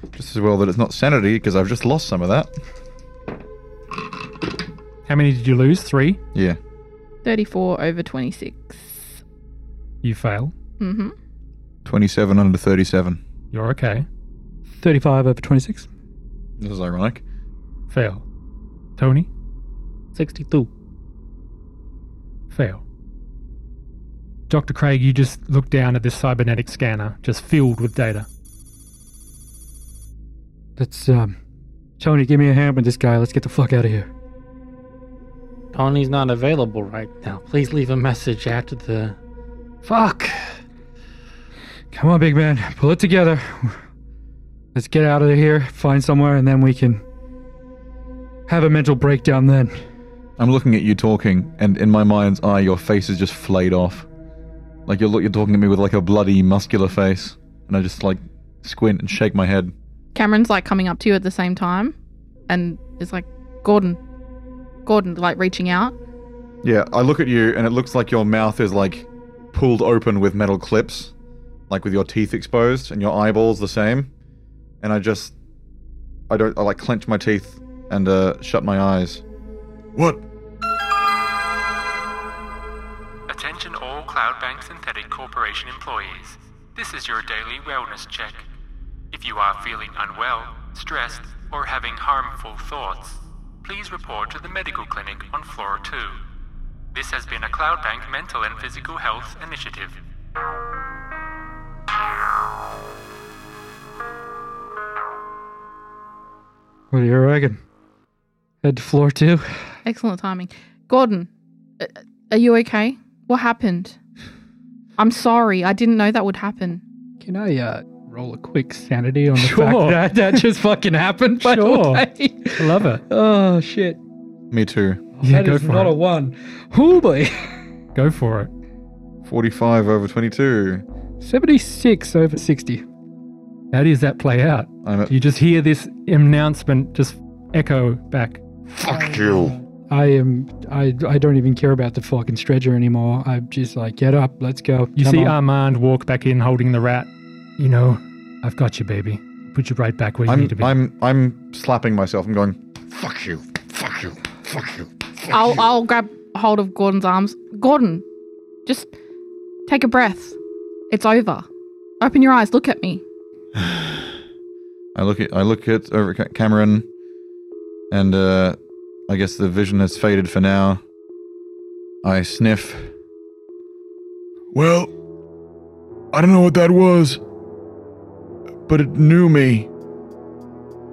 Speaker 4: Just as well that it's not sanity because I've just lost some of that.
Speaker 2: How many did you lose? Three?
Speaker 4: Yeah.
Speaker 5: 34 over 26.
Speaker 2: You fail.
Speaker 5: Mm-hmm.
Speaker 4: 27 under 37.
Speaker 2: You're okay.
Speaker 3: 35 over 26.
Speaker 4: This is ironic.
Speaker 2: Fail. Tony?
Speaker 1: Sixty-two.
Speaker 2: Fail. Dr. Craig, you just look down at this cybernetic scanner, just filled with data.
Speaker 3: That's, um, Tony, give me a hand with this guy. Let's get the fuck out of here.
Speaker 1: Tony's not available right now. Please leave a message after the. Fuck.
Speaker 3: Come on, big man. Pull it together. Let's get out of here, find somewhere, and then we can have a mental breakdown then.
Speaker 4: I'm looking at you talking, and in my mind's eye, your face is just flayed off. Like you're, look- you're talking at me with like a bloody muscular face, and I just like squint and shake my head.
Speaker 5: Cameron's like coming up to you at the same time and is like, Gordon. Gordon, like reaching out.
Speaker 4: Yeah, I look at you, and it looks like your mouth is like pulled open with metal clips, like with your teeth exposed and your eyeballs the same. And I just, I don't, I like clench my teeth and uh, shut my eyes. What?
Speaker 8: Attention all Cloudbank Synthetic Corporation employees. This is your daily wellness check. If you are feeling unwell, stressed, or having harmful thoughts, please report to the medical clinic on floor 2. This has been a Cloudbank mental and physical health initiative.
Speaker 3: What do you reckon? Head to floor two.
Speaker 5: Excellent timing. Gordon, uh, are you okay? What happened? I'm sorry. I didn't know that would happen.
Speaker 3: Can I uh, roll a quick sanity on the
Speaker 2: Sure.
Speaker 3: fact that that just fucking happened? By
Speaker 2: Sure.
Speaker 3: The way?
Speaker 2: I love it.
Speaker 3: Oh shit!
Speaker 4: Me too.
Speaker 2: Yeah,
Speaker 3: That
Speaker 2: go
Speaker 3: is
Speaker 2: for
Speaker 3: not a
Speaker 2: it.
Speaker 3: one. Oh boy!
Speaker 2: Go for it.
Speaker 4: 45 over 22.
Speaker 3: Seventy-six over sixty.
Speaker 2: How does that play out?
Speaker 4: I'm at
Speaker 2: You just hear this announcement just echo back.
Speaker 4: fuck you.
Speaker 3: I am. I. I don't even care about the fucking stretcher anymore. I'm just like, get up, let's go.
Speaker 2: You
Speaker 3: Come
Speaker 2: see
Speaker 3: on.
Speaker 2: Armand walk back in holding the rat. You know, I've got you, baby. Put you right back where you
Speaker 4: I'm,
Speaker 2: need to be.
Speaker 4: I'm, I'm slapping myself. I'm going,
Speaker 5: I'll, I'll grab hold of Gordon's arms. Gordon, just take a breath. It's over. Open your eyes. Look at me.
Speaker 4: I look at I look at over at Cameron, and uh, I guess the vision has faded for now. I sniff. Well, I don't know what that was, but it knew me.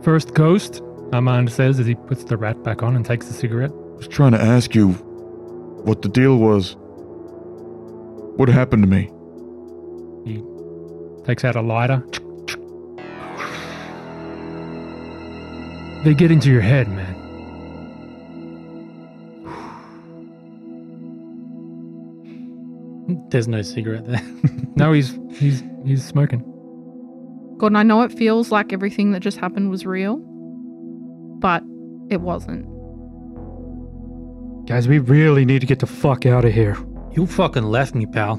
Speaker 2: First ghost, Armand says as he puts the rat back on and takes the cigarette.
Speaker 4: I was trying to ask you what the deal was. What happened to me?
Speaker 2: Takes out a lighter. They get into your head, man.
Speaker 1: There's no cigarette there.
Speaker 2: No, he's he's he's smoking.
Speaker 5: Gordon, I know it feels like everything that just happened was real, but it wasn't.
Speaker 3: Guys, we really need to get the fuck out of here.
Speaker 1: You fucking left me, pal.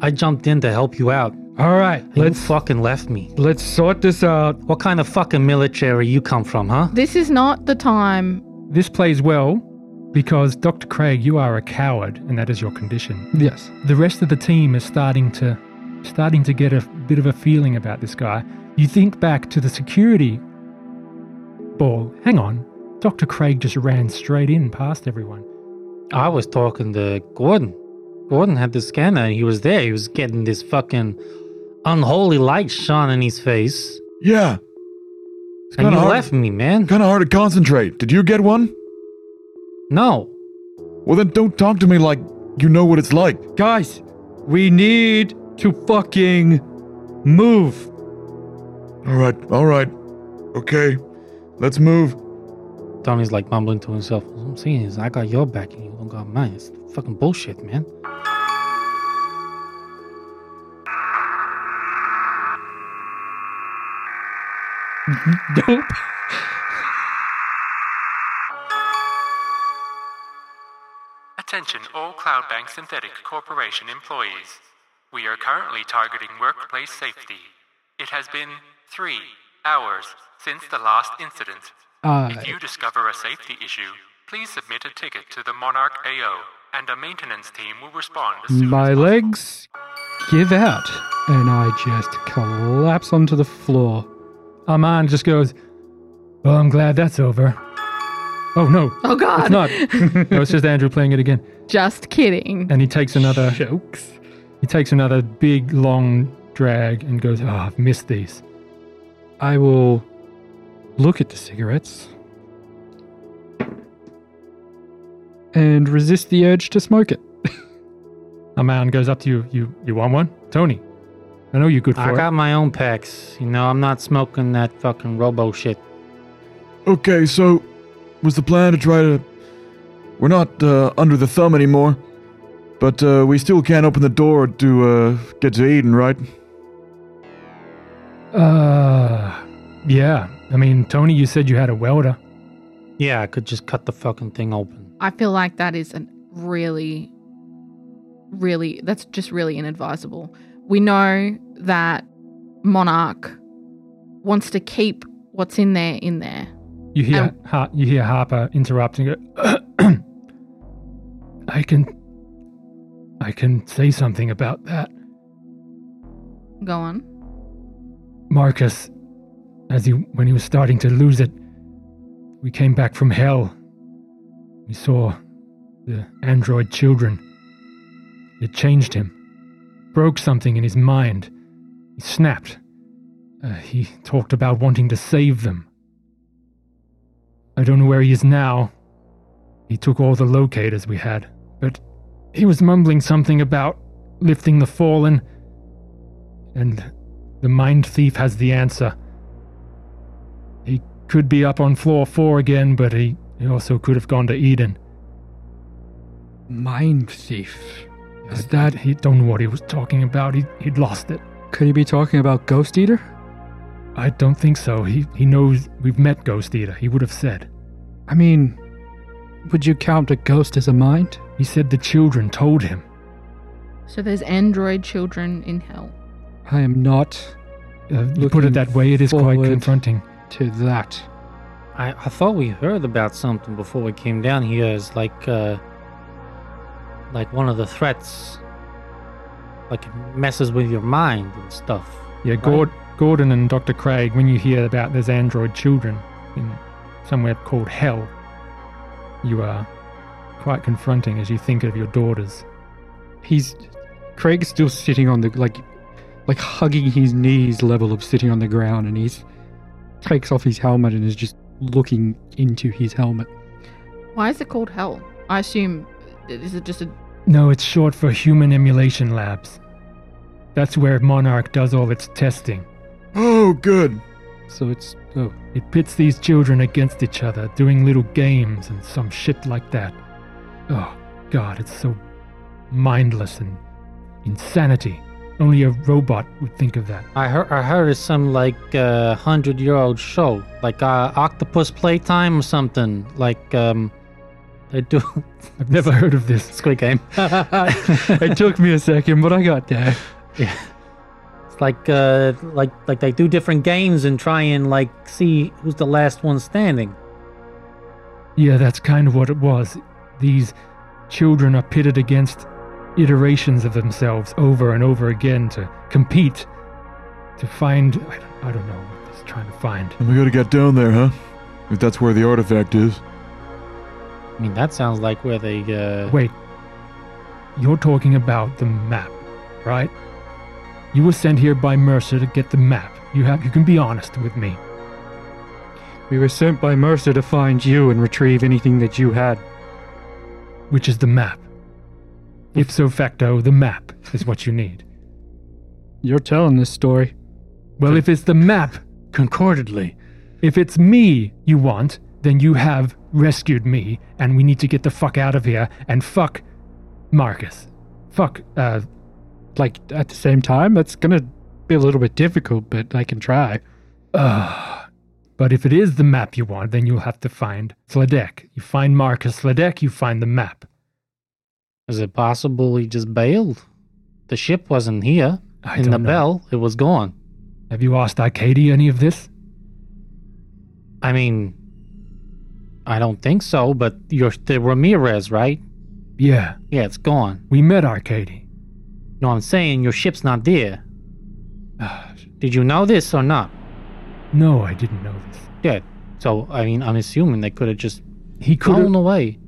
Speaker 1: I jumped in to help you out.
Speaker 3: All right,
Speaker 1: and
Speaker 3: let's
Speaker 1: you fucking left me.
Speaker 3: let's sort this out.
Speaker 1: What kind of fucking military you come from, huh?
Speaker 5: This is not the time.
Speaker 2: This plays well because Dr. Craig, you are a coward, and that is your condition.
Speaker 3: Yes.
Speaker 2: The rest of the team is starting to starting to get a bit of a feeling about this guy. You think back to the security ball. Hang on. Dr. Craig just ran straight in past everyone.
Speaker 1: I was talking to Gordon. Gordon had the scanner and he was there. He was getting this fucking unholy light shone in his face.
Speaker 4: Yeah. It's
Speaker 1: And
Speaker 4: kind
Speaker 1: you
Speaker 4: of hard,
Speaker 1: left me, man.
Speaker 4: kind of hard to concentrate. Did you get one?
Speaker 1: No.
Speaker 4: Well, then don't talk to me like you know what it's like.
Speaker 3: Guys, we need to fucking move.
Speaker 4: All right, all right. Okay, let's move.
Speaker 1: Tommy's like mumbling to himself. What I'm saying is, I got your back and you don't got mine. It's fucking bullshit, man.
Speaker 3: Nope.
Speaker 8: Attention all Cloudbank Synthetic Corporation employees. We are currently targeting workplace safety. It has been three hours since the last incident.
Speaker 3: Uh,
Speaker 8: If you discover a safety issue, please submit a ticket to the Monarch AO, and a maintenance team will respond as soon
Speaker 3: my
Speaker 8: as possible.
Speaker 3: legs give out, and I just collapse onto the floor.
Speaker 2: Armand just goes, Well, I'm glad that's over. Oh no,
Speaker 5: Oh, God.
Speaker 2: it's not. no, it's just Andrew playing it again.
Speaker 5: Just kidding.
Speaker 2: And he takes another
Speaker 3: Jokes.
Speaker 2: he takes another big long drag and goes, Ah, I've missed these.
Speaker 3: I will look at the cigarettes and resist the urge to smoke it.
Speaker 2: Armand goes up to you, you you want one? Tony. I know you're good for
Speaker 1: I
Speaker 2: it.
Speaker 1: got my own packs. You know, I'm not smoking that fucking robo shit.
Speaker 4: Okay, so was the plan to try to. We're not uh, under the thumb anymore, but uh, we still can't open the door to uh, get to Eden, right?
Speaker 2: Uh, yeah. I mean, Tony, you said you had a welder.
Speaker 1: Yeah, I could just cut the fucking thing open.
Speaker 5: I feel like that is a really, really, that's just really inadvisable. We know that Monarch wants to keep what's in there in there.
Speaker 2: You hear Har- you hear Harper interrupting. Go, I can, I can say something about that,
Speaker 5: Go on.
Speaker 2: Marcus. As he when he was starting to lose it, we came back from hell. We saw the android children. It changed him, broke something in his mind. He snapped. Uh, he talked about wanting to save them. I don't know where he is now. He took all the locators we had, but he was mumbling something about lifting the fallen. And the mind thief has the answer. He could be up on floor four again, but he, he also could have gone to Eden.
Speaker 3: Mind thief. Is
Speaker 2: I-
Speaker 3: that.
Speaker 2: He don't know what he was talking about. He he'd lost it.
Speaker 3: Could he be talking about Ghost Eater?
Speaker 2: I don't think so. He he knows we've met Ghost Eater. He would have said.
Speaker 3: I mean, would you count a ghost as a mind?
Speaker 2: He said the children told him.
Speaker 5: So there's android children in hell.
Speaker 3: I am not
Speaker 2: Uh, you put
Speaker 3: Looking
Speaker 2: it that way, it is quite
Speaker 3: forward.
Speaker 2: confronting.
Speaker 3: to that.
Speaker 1: I, I thought we heard about something before we came down here. It's like, uh, like one of the threats.
Speaker 9: Like it messes with your mind and stuff.
Speaker 2: Yeah, Gord, Gordon and Dr. Craig, when you hear about there's android children in somewhere called hell, you are quite confronting as you think of your daughters.
Speaker 3: He's Craig's still sitting on the like, like hugging his knees level of sitting on the ground, and he's takes off his helmet and is just looking into his helmet.
Speaker 5: Why is it called hell? I assume is it just a
Speaker 2: No, it's short for Human Emulation Labs. That's where Monarch does all its testing.
Speaker 4: Oh, good.
Speaker 3: So it's oh,
Speaker 2: It pits these children against each other, doing little games and some shit like that. Oh, God, it's so mindless and insanity. Only a robot would think of that.
Speaker 9: I heard I heard it's some like uh, hundred year old show, like uh, Octopus Playtime or something. Like um, they do
Speaker 2: I've never heard of this.
Speaker 9: Squid Game.
Speaker 3: it took me a second, but I got there.
Speaker 9: It's like uh, like like they do different games and try and like see who's the last one standing.
Speaker 2: Yeah, that's kind of what it was. These children are pitted against iterations of themselves over and over again to compete, to find. I don't, I don't know what it's trying to find.
Speaker 4: And we gotta get down there, huh? If that's where the artifact is.
Speaker 9: I mean, that sounds like where they uh,
Speaker 2: Wait, you're talking about the map, right? You were sent here by Mercer to get the map. You have. You can be honest with me.
Speaker 3: We were sent by Mercer to find you and retrieve anything that you had.
Speaker 2: which is the map. Ipso facto, the map is what you need.
Speaker 3: You're telling this story.
Speaker 2: Well, if it's the map,
Speaker 9: concordantly.
Speaker 2: if it's me you want, then you have rescued me, and we need to get the fuck out of here and fuck Marcus. Fuck, uh,
Speaker 3: Like at the same time, that's gonna be a little bit difficult, but I can try.
Speaker 2: but if it is the map you want, then you'll have to find Sledek. You find Marcus Sledek, you find the map.
Speaker 9: Is it possible he just bailed? The ship wasn't here
Speaker 2: I
Speaker 9: in
Speaker 2: don't
Speaker 9: the
Speaker 2: know.
Speaker 9: bell; it was gone.
Speaker 2: Have you asked Arcady any of this?
Speaker 9: I mean, I don't think so. But you're the Ramirez, right?
Speaker 2: Yeah,
Speaker 9: Yeah, it's gone.
Speaker 2: we met Arcady.
Speaker 9: No, I'm saying your ship's not there. Did you know this or not?
Speaker 2: No, I didn't know this.
Speaker 9: Yeah. So I mean, I'm assuming they could have just
Speaker 2: He could have
Speaker 9: gone away.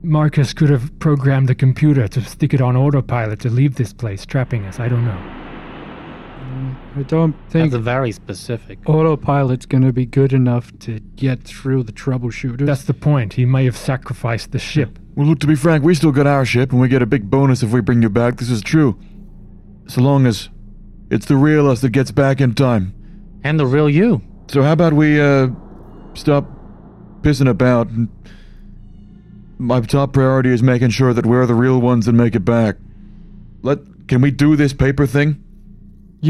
Speaker 2: Marcus could have programmed the computer to stick it on autopilot to leave this place, trapping us. I don't know.
Speaker 3: I don't think
Speaker 9: That's very specific.
Speaker 3: autopilot's gonna be good enough to get through the troubleshooters.
Speaker 2: That's the point. He may have sacrificed the ship.
Speaker 4: Well, look, to be frank, we still got our ship, and we get a big bonus if we bring you back. This is true. So long as it's the real us that gets back in time.
Speaker 9: And the real you.
Speaker 4: So how about we uh, stop pissing about? and- My top priority is making sure that we're the real ones that make it back. Let can we do this paper thing?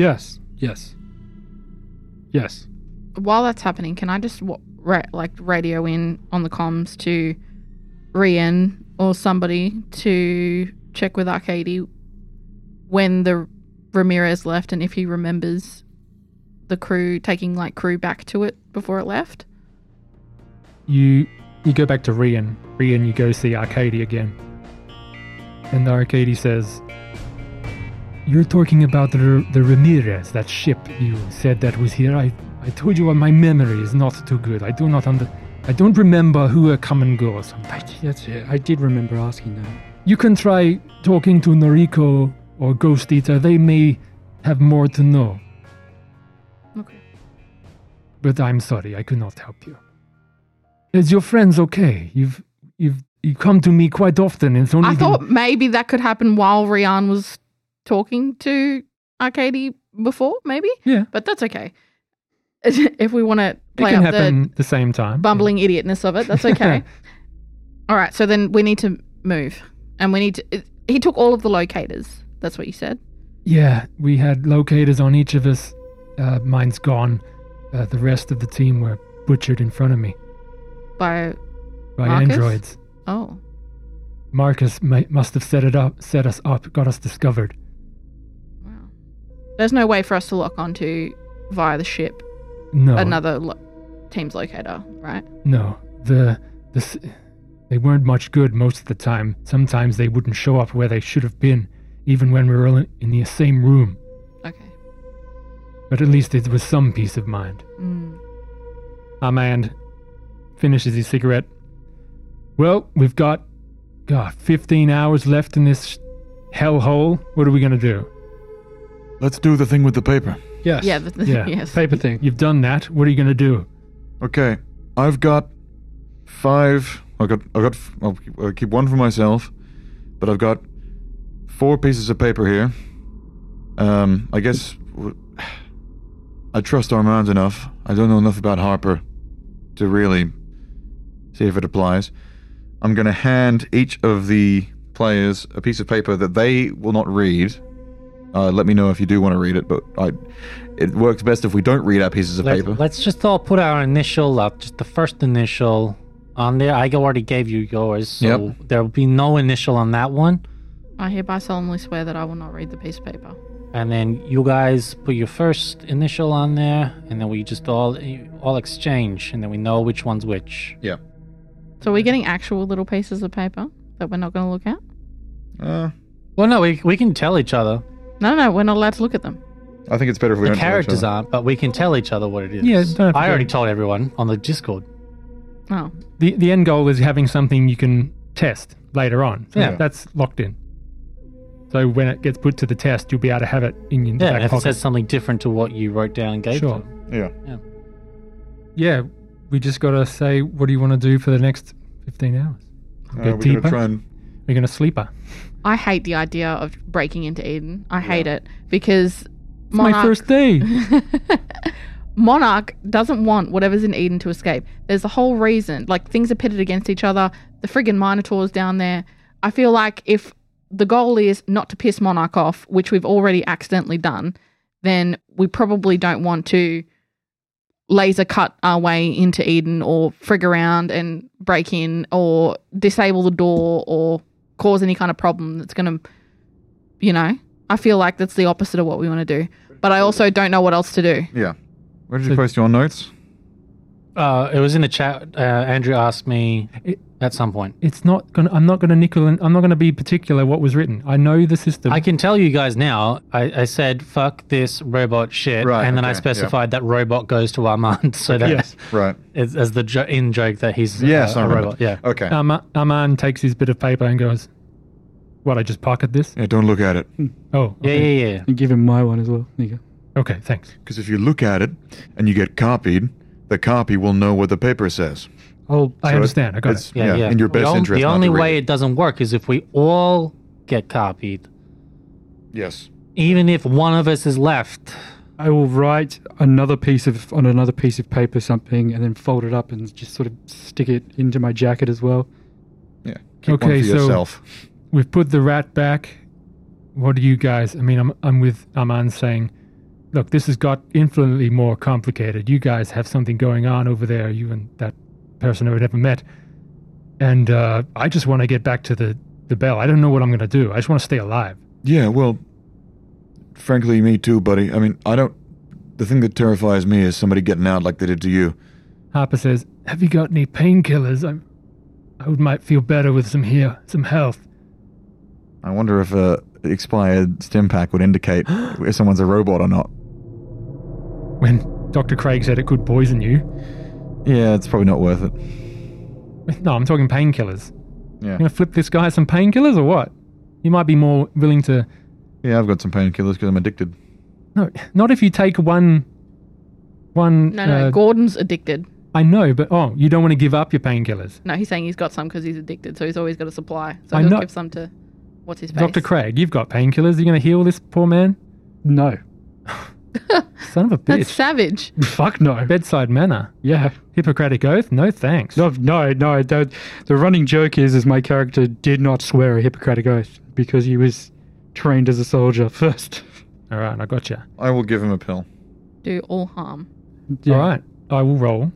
Speaker 3: yes, yes, yes.
Speaker 5: while that's happening, can I just wa- ra- like radio in on the comms to Rian or somebody to check with Arcady when the Ramirez left and if he remembers the crew taking like crew back to it before it left?
Speaker 2: You you go back to Rian. Rian, you go see Arcady again. And Arcady says, "You're talking about the, the Ramirez, that ship you said that was here. I I told you my memory is not too good. I do not under." I don't remember who a come and go sometimes.
Speaker 3: I, that's it. I did remember asking that.
Speaker 2: You can try talking to Noriko or Ghost Eater. They may have more to know,
Speaker 5: Okay.
Speaker 2: but I'm sorry, I could not help you. Is your friends okay? You've you've you come to me quite often, and it's only
Speaker 5: I
Speaker 2: been-
Speaker 5: thought maybe that could happen while Rian was talking to Arcady before, maybe.
Speaker 2: Yeah.
Speaker 5: But that's okay. if we want to
Speaker 2: it
Speaker 5: play
Speaker 2: can
Speaker 5: up the
Speaker 2: happen the, same time.
Speaker 5: bumbling idiotness of it. That's okay. all right. So then we need to move, and we need to. It, he took all of the locators. That's what you said.
Speaker 2: Yeah, we had locators on each of us. Uh, mine's gone. Uh, the rest of the team were butchered in front of me
Speaker 5: By
Speaker 2: by
Speaker 5: Marcus?
Speaker 2: androids.
Speaker 5: oh,
Speaker 2: Marcus might, must have set it up, set us up, got us discovered.
Speaker 5: wow. There's no way for us to lock onto via the ship
Speaker 2: No,
Speaker 5: another lo- team's locator, right?
Speaker 2: No, the the s- they weren't much good most of the time. Sometimes they wouldn't show up where they should have been. even when we were all in in the same room.
Speaker 5: Okay.
Speaker 2: But at least it was some peace of mind.
Speaker 5: Mm.
Speaker 2: Armand finishes his cigarette. Well, we've got, God, 15 hours left in this hellhole. What are we going to do?
Speaker 4: Let's do the thing with the paper.
Speaker 3: Yes.
Speaker 5: Yeah. The, the,
Speaker 2: Yeah.
Speaker 5: Yes.
Speaker 3: Paper thing.
Speaker 2: You've done that. What are you going to do?
Speaker 4: Okay, I've got five. I got I got. f- I'll keep, I'll keep one for myself, but I've got four pieces of paper here. Um, I guess w- I trust Armand enough. I don't know enough about Harper to really see if it applies. I'm gonna hand each of the players a piece of paper that they will not read. Uh, let me know if you do want to read it, but I, it works best if we don't read our pieces of paper.
Speaker 1: Let's just all put our initial
Speaker 9: uh,
Speaker 1: up, just the first initial on there. I already gave you yours, so
Speaker 4: Yep.
Speaker 1: there will be no initial on that one.
Speaker 5: I hereby solemnly swear that I will not read the piece of paper.
Speaker 1: And then you guys put your first initial on there, and then we just all all exchange, and then we know which one's which.
Speaker 5: So we're getting actual little pieces of paper that we're not going to look at.
Speaker 4: Uh,
Speaker 1: Well, no, we, we can tell each other.
Speaker 5: No, no, we're not allowed to look at them.
Speaker 4: I think it's better if we
Speaker 1: The
Speaker 4: don't tell each
Speaker 1: characters
Speaker 4: other.
Speaker 1: aren't, but we can tell each other what it is.
Speaker 2: Yeah, don't have to
Speaker 1: I
Speaker 2: do
Speaker 1: already
Speaker 2: it.
Speaker 1: told everyone on the Discord.
Speaker 5: Oh,
Speaker 2: The, the end goal is having something you can test later on. So
Speaker 1: Yeah.
Speaker 2: That's locked in. So when it gets put to the test, you'll be able to have it in your
Speaker 1: Yeah, and
Speaker 2: back
Speaker 1: if it
Speaker 2: pocket.
Speaker 1: says something different to what you wrote down and gave
Speaker 2: Sure.
Speaker 1: them.
Speaker 4: Yeah. Uh,
Speaker 2: yeah, we just got to say, what do you want to do for the next 15 hours?
Speaker 4: Uh,
Speaker 2: Go
Speaker 4: we're going
Speaker 2: deeper.
Speaker 4: to try and.
Speaker 2: We're going to sleeper.
Speaker 5: I hate the idea of breaking into Eden. I hate it because
Speaker 2: It's my first day.
Speaker 5: Monarch doesn't want whatever's in Eden to escape. There's a whole reason. Like things are pitted against each other. The friggin' Minotaur's down there. I feel like if the goal is not to piss Monarch off, which we've already accidentally done, then we probably don't want to laser cut our way into Eden or frig around and break in or disable the door or cause any kind of problem that's going to, you know, I feel like that's the opposite of what we want to do. But I also don't know what else to do.
Speaker 4: Yeah. Where did
Speaker 2: So-
Speaker 4: you post your notes?
Speaker 1: Uh, it was in the chat. Uh, Andrew asked me
Speaker 2: It-
Speaker 1: at some point.
Speaker 2: It's not gonna. I'm not gonna nickel. And, I'm not gonna be particular what was written. I know the system.
Speaker 1: I can tell you guys now. I, I said fuck this robot shit,
Speaker 4: Right,
Speaker 1: and then I
Speaker 4: okay, yeah.
Speaker 1: specified that robot goes to Armand, so that
Speaker 2: Yes.
Speaker 4: Right.
Speaker 1: as, as the jo- in joke that he's uh,
Speaker 4: Yes, I
Speaker 1: a
Speaker 4: remember.
Speaker 1: robot. Yeah,
Speaker 4: Okay.
Speaker 2: Arma- Armand takes his bit of paper and goes, "What? I just pocket this?
Speaker 4: yeah, don't look at it.
Speaker 2: Oh,
Speaker 1: yeah,
Speaker 2: okay.
Speaker 1: yeah, yeah.
Speaker 3: And give him my one as well. There you go.
Speaker 2: Okay, thanks.
Speaker 4: Because if you look at it and you get copied, the copy will know what the paper says.
Speaker 2: I'll, I
Speaker 4: So
Speaker 2: understand. I got
Speaker 4: it's-
Speaker 2: it.
Speaker 1: Yeah, yeah.
Speaker 4: In your
Speaker 1: The
Speaker 4: best
Speaker 1: on-
Speaker 4: interest.
Speaker 1: The
Speaker 4: not to
Speaker 1: only
Speaker 4: read
Speaker 1: way
Speaker 4: it.
Speaker 1: it doesn't work is if we all get copied.
Speaker 4: Yes.
Speaker 1: Even if one of us is left,
Speaker 3: I will write another piece of on another piece of paper something and then fold it up and just sort of stick it into my jacket as well.
Speaker 4: Yeah. Keep one
Speaker 2: Okay,
Speaker 4: for
Speaker 2: so-
Speaker 4: yourself.
Speaker 2: We've put the rat back. What do you guys? I mean, I'm I'm with Armand saying, look, this has got infinitely more complicated. You guys have something going on over there. You and that person I've never met, and uh, I just want to get back to the the bell. I don't know what I'm gonna do. I just want to stay alive.
Speaker 4: Yeah, well, frankly, me too, buddy. I mean, I don't. The thing that terrifies me is somebody getting out like they did to you.
Speaker 2: Harper says, "Have you got any painkillers? I, I would might feel better with some here, some health."
Speaker 4: I wonder if a expired stim pack would indicate if someone's a robot or not.
Speaker 2: When Doctor Craig said it could poison you,
Speaker 4: Yeah, it's probably not worth it.
Speaker 2: no, I'm talking painkillers.
Speaker 4: Yeah.
Speaker 2: You gonna flip this guy some painkillers or what? You might be more willing to.
Speaker 4: Yeah, I've got some painkillers because I'm addicted.
Speaker 2: No, not if you take one. One.
Speaker 5: No, no,
Speaker 2: uh,
Speaker 5: Gordon's addicted.
Speaker 2: I know, but oh, you don't want to give up your painkillers.
Speaker 5: No, he's saying he's got some because he's addicted, so he's always got a supply. So
Speaker 2: I
Speaker 5: he'll
Speaker 2: know-
Speaker 5: give some to what's his face.
Speaker 2: Doctor Craig, you've got painkillers. Are you gonna heal this poor man?
Speaker 3: No.
Speaker 2: Son of a
Speaker 5: That's
Speaker 2: bitch.
Speaker 5: savage.
Speaker 3: Fuck no.
Speaker 2: Bedside manner.
Speaker 3: Yeah.
Speaker 2: Hippocratic oath. No thanks.
Speaker 3: No, no, no. I don't. The running joke is, is my character did not swear a Hippocratic oath because he was trained as a soldier first.
Speaker 2: All right, I got you.
Speaker 4: I will give him a pill.
Speaker 5: Do all harm.
Speaker 3: Yeah.
Speaker 2: All right, I will roll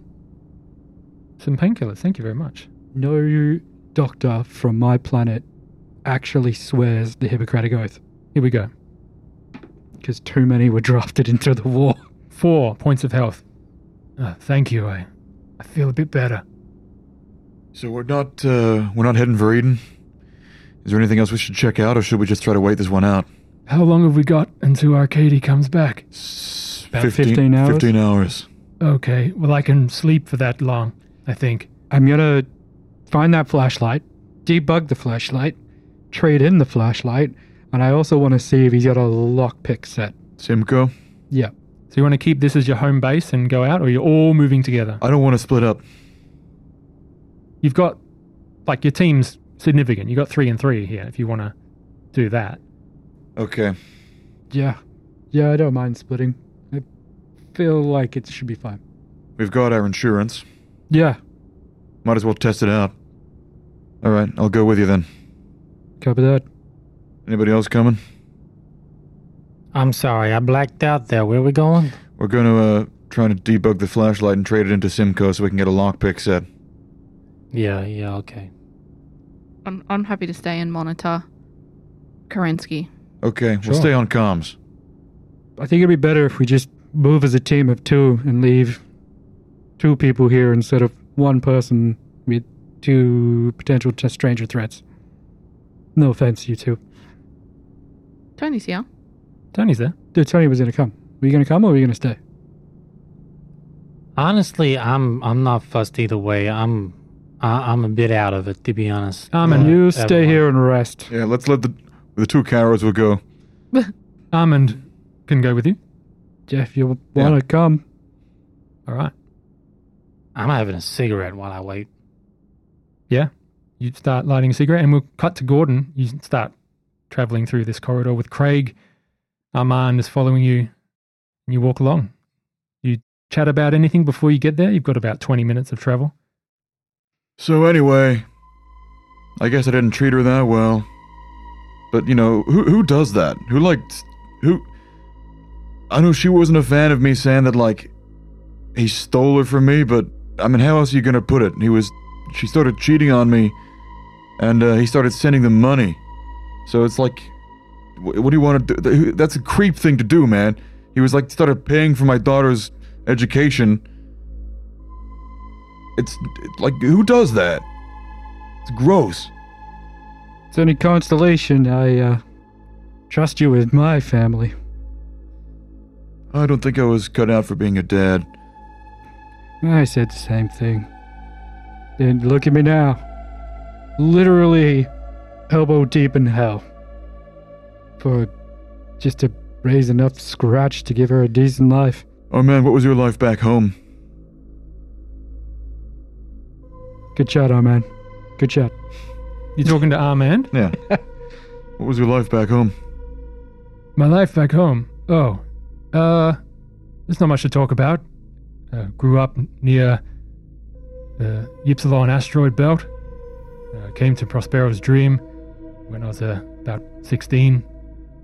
Speaker 2: some painkillers. Thank you very much.
Speaker 3: No doctor from my planet actually swears the Hippocratic oath
Speaker 2: Here we go.
Speaker 3: because too many were drafted into the war.
Speaker 2: Four points of health. Ah, thank you. I, I feel a bit better.
Speaker 4: So we're not uh, we're not heading for Eden. Is there anything else we should check out, or should we just try to wait this one out?
Speaker 2: How long have we got until Arcady comes back?
Speaker 4: About
Speaker 3: 15 hours?
Speaker 4: 15 hours.
Speaker 2: Okay, well, I can sleep for that long, I think.
Speaker 3: I'm gonna find that flashlight, debug the flashlight, trade in the flashlight, and I also want to see if he's got a lockpick set.
Speaker 4: Simcoe,
Speaker 3: Yeah.
Speaker 2: So you want to keep this as your home base and go out, or you're all moving together?
Speaker 4: I don't want to split up.
Speaker 2: You've got, like, your team's significant. You've got three and three here if you want to do that.
Speaker 4: Okay.
Speaker 3: Yeah. Yeah, I don't mind splitting. I feel like it should be fine.
Speaker 4: We've got our insurance.
Speaker 3: Yeah.
Speaker 4: Might as well test it out. All right, I'll go with you then.
Speaker 3: Copy that.
Speaker 4: Anybody else coming?
Speaker 9: I'm sorry, I blacked out there. Where are we going?
Speaker 4: We're going to uh, try to debug the flashlight and trade it into Simcoe so we can get a lockpick set.
Speaker 9: Yeah, yeah, okay.
Speaker 5: I'm, I'm happy to stay and monitor Kerensky.
Speaker 4: Okay,
Speaker 3: Sure.
Speaker 4: we'll stay on comms.
Speaker 3: I think it'd be better if we just move as a team of two and leave two people here instead of one person with two potential t- stranger threats. No offense, you two.
Speaker 5: Tony's here.
Speaker 2: Tony's there.
Speaker 3: Dude, Tony was gonna come. Were you gonna come or were you gonna stay?
Speaker 9: Honestly, I'm I'm not fussed either way. I'm I, I'm a bit out of it to be honest.
Speaker 2: Armin,
Speaker 9: Uh,
Speaker 2: you
Speaker 3: You stay
Speaker 9: everyone.
Speaker 3: here and rest.
Speaker 4: Yeah, let's let the the two cowards will go.
Speaker 2: Armand can go with you.
Speaker 3: Jeff, you
Speaker 4: Yeah.
Speaker 3: wanna come?
Speaker 2: All right.
Speaker 9: I'm having a cigarette while I wait.
Speaker 2: You start lighting a cigarette, and we'll cut to Gordon. You start traveling through this corridor with Craig. Armand is following you, and you walk along. You chat about anything before you get there. You've got about 20 minutes of travel.
Speaker 4: So anyway, I guess I didn't treat her that well. But you know, who who does that? Who like who? I know she wasn't a fan of me saying that like he stole her from me, but I mean, how else are you gonna put it? He was she started cheating on me, and uh, he started sending them money. So it's like, wh- what do you want to do? Th- who- That's a creep thing to do, man. He was like started paying for my daughter's education. It's like who does that? It's gross.
Speaker 3: It's any constellation. I uh, trust you with my family.
Speaker 4: I don't think I was cut out for being a dad.
Speaker 3: I said the same thing. And look at me now. Literally elbow deep in hell. For just to raise enough scratch to give her a decent life.
Speaker 4: Oh man, what was your life back home?
Speaker 3: Good shot, Arman. Good shot.
Speaker 2: You're talking to Armand.
Speaker 4: Yeah. what was your life back home?
Speaker 2: My life back home. Oh, uh, there's not much to talk about. Uh, grew up near the Ypsilon asteroid belt. Uh, came to Prospero's dream when I was uh, about 16.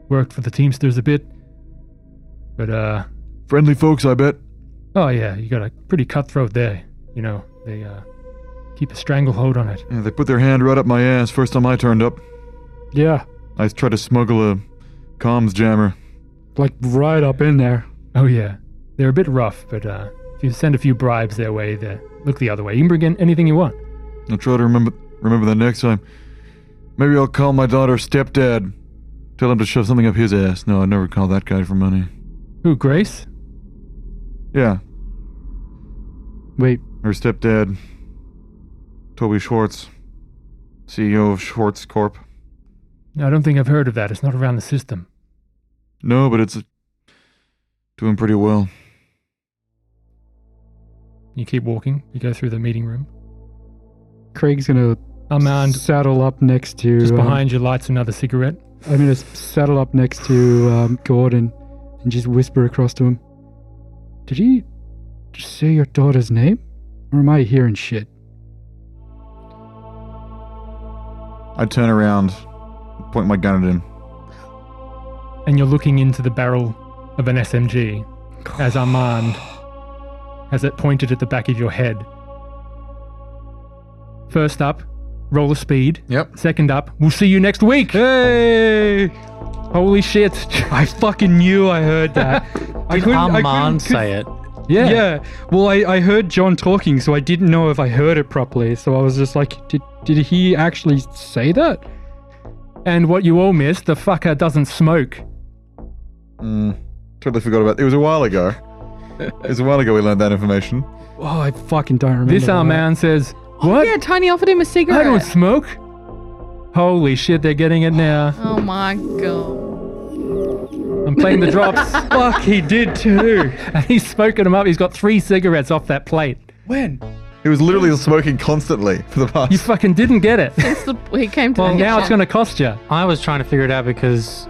Speaker 2: Worked for the Teamsters a bit. But, uh,
Speaker 4: Friendly folks, I bet.
Speaker 2: oh yeah, you got a pretty cutthroat there. You know, they uh, keep a stranglehold on it.
Speaker 4: Yeah, they put their hand right up my ass first time I turned up.
Speaker 3: Yeah,
Speaker 4: I tried to smuggle a comms jammer.
Speaker 3: like right up in there.
Speaker 2: Oh yeah, they're a bit rough, but uh, if you send a few bribes their way, they look the other way. You can bring in anything you want.
Speaker 4: I'll try to remember remember that next time. Maybe I'll call my daughter stepdad. Tell him to shove something up his ass. No, I'd never call that guy for money.
Speaker 2: Who, Grace?
Speaker 4: Yeah,
Speaker 3: Wait,
Speaker 4: her stepdad, Toby Schwartz, CEO of Schwartz Corp.
Speaker 2: I don't think I've heard of that. It's not around the system.
Speaker 4: No, but it's doing pretty well.
Speaker 2: You keep walking. You go through the meeting room.
Speaker 3: Craig's gonna
Speaker 2: Armand,
Speaker 3: saddle up next to.
Speaker 2: just
Speaker 3: um,
Speaker 2: behind you, lights another cigarette.
Speaker 3: I'm gonna s- saddle up next to um, Gordon and just whisper across to him. Did he just say your daughter's name, or am I hearing shit?
Speaker 4: I turn around, point my gun at him.
Speaker 2: And you're looking into the barrel of an SMG as Armand has it pointed at the back of your head. First up, roll of speed.
Speaker 4: Yep.
Speaker 2: Second up, we'll see you next week.
Speaker 3: Hey!
Speaker 2: Holy shit.
Speaker 3: I fucking knew I heard that. I
Speaker 9: Did
Speaker 3: couldn't- I
Speaker 9: Armand
Speaker 3: couldn't-
Speaker 9: say it?
Speaker 3: Yeah. Well, I, I heard John talking, so I didn't know if I heard it properly. So I was just like, did did he actually say that?
Speaker 2: And what you all missed, the fucker doesn't smoke.
Speaker 4: Mm, totally forgot about it. was a while ago. it was a while ago we learned that information.
Speaker 3: Oh, I fucking don't remember.
Speaker 2: This our
Speaker 3: that. Oh,
Speaker 2: man says, What?
Speaker 5: Yeah, Tony offered him a cigarette.
Speaker 2: I don't smoke. Holy shit, they're getting it now.
Speaker 5: oh my god.
Speaker 2: I'm playing the drops.
Speaker 3: Fuck, he did too.
Speaker 2: and he's smoking them up. He's got three cigarettes off that plate.
Speaker 3: when?
Speaker 4: He was literally smoking constantly for the past.
Speaker 2: You fucking didn't get it.
Speaker 5: It's the, he came to
Speaker 2: Well,
Speaker 5: the
Speaker 2: now it's
Speaker 5: kitchen.
Speaker 2: going to cost you.
Speaker 1: I was trying to figure it out because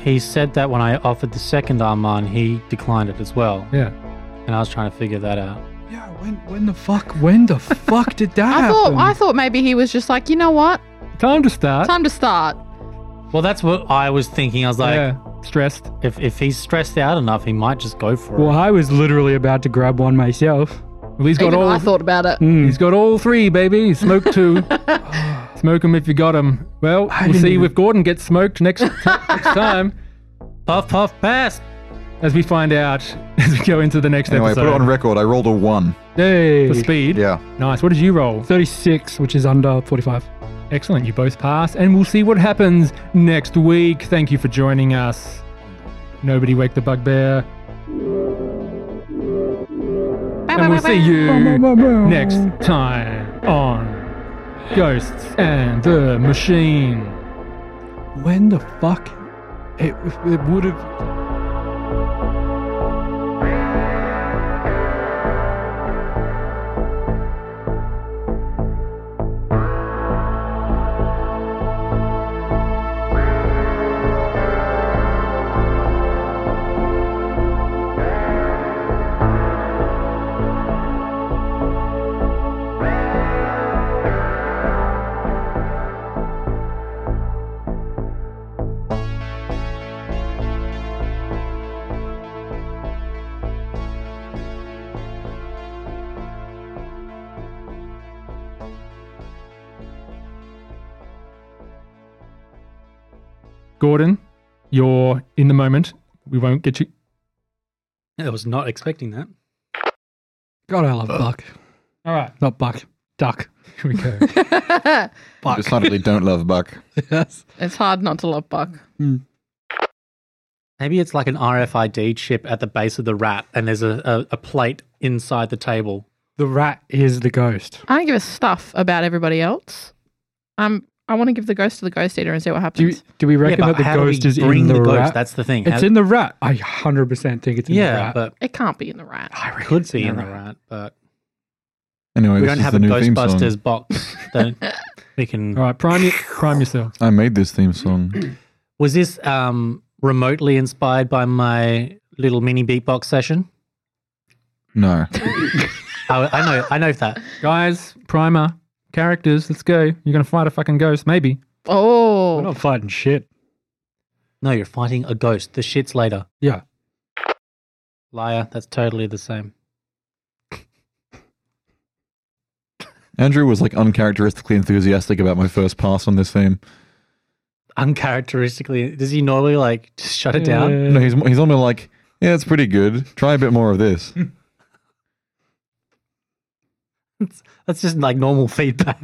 Speaker 1: he said that when I offered the second Armand, he declined it as well.
Speaker 2: Yeah.
Speaker 1: And I was trying to figure that out.
Speaker 3: Yeah, when? When the fuck? When the fuck did that
Speaker 5: I
Speaker 3: happen?
Speaker 5: thought I thought maybe he was just like, you know what?
Speaker 2: Time to start.
Speaker 5: Time to start.
Speaker 1: Well, that's what I was thinking. I was like,
Speaker 2: yeah. Stressed.
Speaker 1: if, if he's stressed out enough, he might just go for
Speaker 3: well,
Speaker 1: it.
Speaker 3: I was literally about to grab one myself.
Speaker 2: Well, he's got
Speaker 5: Even
Speaker 2: all.
Speaker 5: I thought about it.
Speaker 2: he's got all three, baby. Smoke two. Smoke 'em if you got 'em. Well,
Speaker 3: I
Speaker 2: we'll
Speaker 3: didn't
Speaker 2: see
Speaker 3: even-
Speaker 2: if Gordon gets smoked next, next time.
Speaker 1: Puff, puff, pass.
Speaker 2: As we find out as we go into the next
Speaker 4: anyway,
Speaker 2: episode.
Speaker 4: put it on record. I rolled a one.
Speaker 3: Hey,
Speaker 2: for speed.
Speaker 4: Yeah.
Speaker 2: Nice. What did you roll?
Speaker 3: thirty-six, which is under forty-five.
Speaker 2: Excellent. You both pass, and we'll see what happens next week. Thank you for joining us. Nobody wake the bugbear. And we'll see you next time on Ghosts and the Machine.
Speaker 3: When the fuck? It, it would have.
Speaker 2: Gordon, you're in the moment. We won't get you.
Speaker 1: I was not expecting that.
Speaker 3: God, I love Buck.
Speaker 2: All right,
Speaker 3: Not Buck. Duck.
Speaker 2: here we go.
Speaker 3: Buck.
Speaker 4: Decidedly don't love Buck.
Speaker 3: yes.
Speaker 5: it's hard not to love Buck.
Speaker 1: Maybe it's like an RFID chip at the base of the rat, and there's a, a, a plate inside the table.
Speaker 3: The rat is the ghost.
Speaker 5: I don't give a stuff about everybody else. Um, I want to give the ghost to the ghost eater and see what
Speaker 3: Do, you,
Speaker 5: happens.
Speaker 3: do we reckon
Speaker 1: yeah, but
Speaker 3: that the
Speaker 1: how do we
Speaker 3: ghost is
Speaker 1: bring
Speaker 3: in the,
Speaker 1: ghost?
Speaker 3: rat?
Speaker 1: That's the thing.
Speaker 3: it's
Speaker 1: How-
Speaker 3: in the rat. I 100% think it's in the
Speaker 1: yeah,
Speaker 3: rat.
Speaker 1: but
Speaker 5: it can't be in the rat.
Speaker 3: I reckon
Speaker 1: could
Speaker 3: it's
Speaker 1: be in the rat. But
Speaker 4: Anyway,
Speaker 1: we
Speaker 4: this
Speaker 1: don't
Speaker 4: is
Speaker 1: have
Speaker 4: the
Speaker 1: a
Speaker 4: new theme song.
Speaker 1: Ghostbusters box that we can.
Speaker 2: All right, prime, y- prime yourself.
Speaker 4: I made this theme song.
Speaker 1: Was this um, remotely inspired by my little mini beatbox session?
Speaker 4: No.
Speaker 1: I, I know, I know that.
Speaker 2: Guys, primer, characters, let's go. You're going to fight a fucking ghost, maybe.
Speaker 3: We're
Speaker 5: Oh,
Speaker 3: not fighting shit.
Speaker 1: No, you're fighting a ghost. The shit's later.
Speaker 3: Yeah.
Speaker 1: Liar. That's totally the same.
Speaker 4: Andrew was like uncharacteristically enthusiastic about my first pass on this theme.
Speaker 1: Uncharacteristically, does he normally like just shut it down?
Speaker 4: No, he's he's only like, yeah, it's pretty good. Try a bit more of this.
Speaker 1: That's just like normal feedback.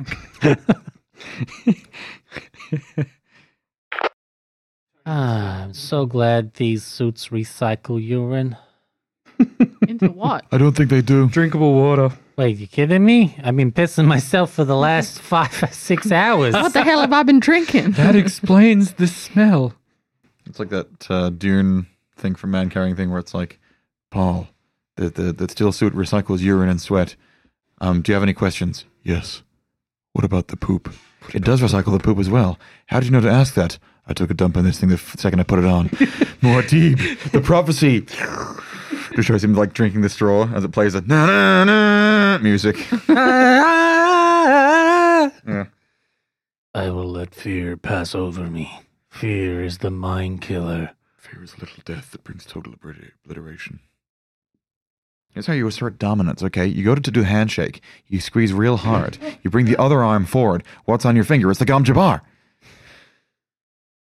Speaker 1: ah, I'm so glad these suits recycle urine.
Speaker 5: into what?
Speaker 4: I don't think they do.
Speaker 3: Drinkable water.
Speaker 1: Wait, you kidding me? I've been pissing myself for the last five or six hours.
Speaker 5: What the hell have I been drinking?
Speaker 3: That explains the smell.
Speaker 4: It's like that uh, Dune thing from Man Carrying Thing where it's like, Paul, the, the, the steel suit recycles urine and sweat. Um, do you have any questions? Yes. What about the poop? It does recycle the poop as well. How did you know to ask that? I took a dump on this thing the f- second I put it on. More deep. The prophecy. Just shows him like drinking the straw as it plays the na na na music. yeah.
Speaker 1: I will let fear pass over me. Fear is the mind killer.
Speaker 4: Fear is a little death that brings total obliter- obliteration. That's how you assert dominance, okay? You go to, to do the handshake, you squeeze real hard, you bring the other arm forward. What's on your finger? It's the Gam Jabbar.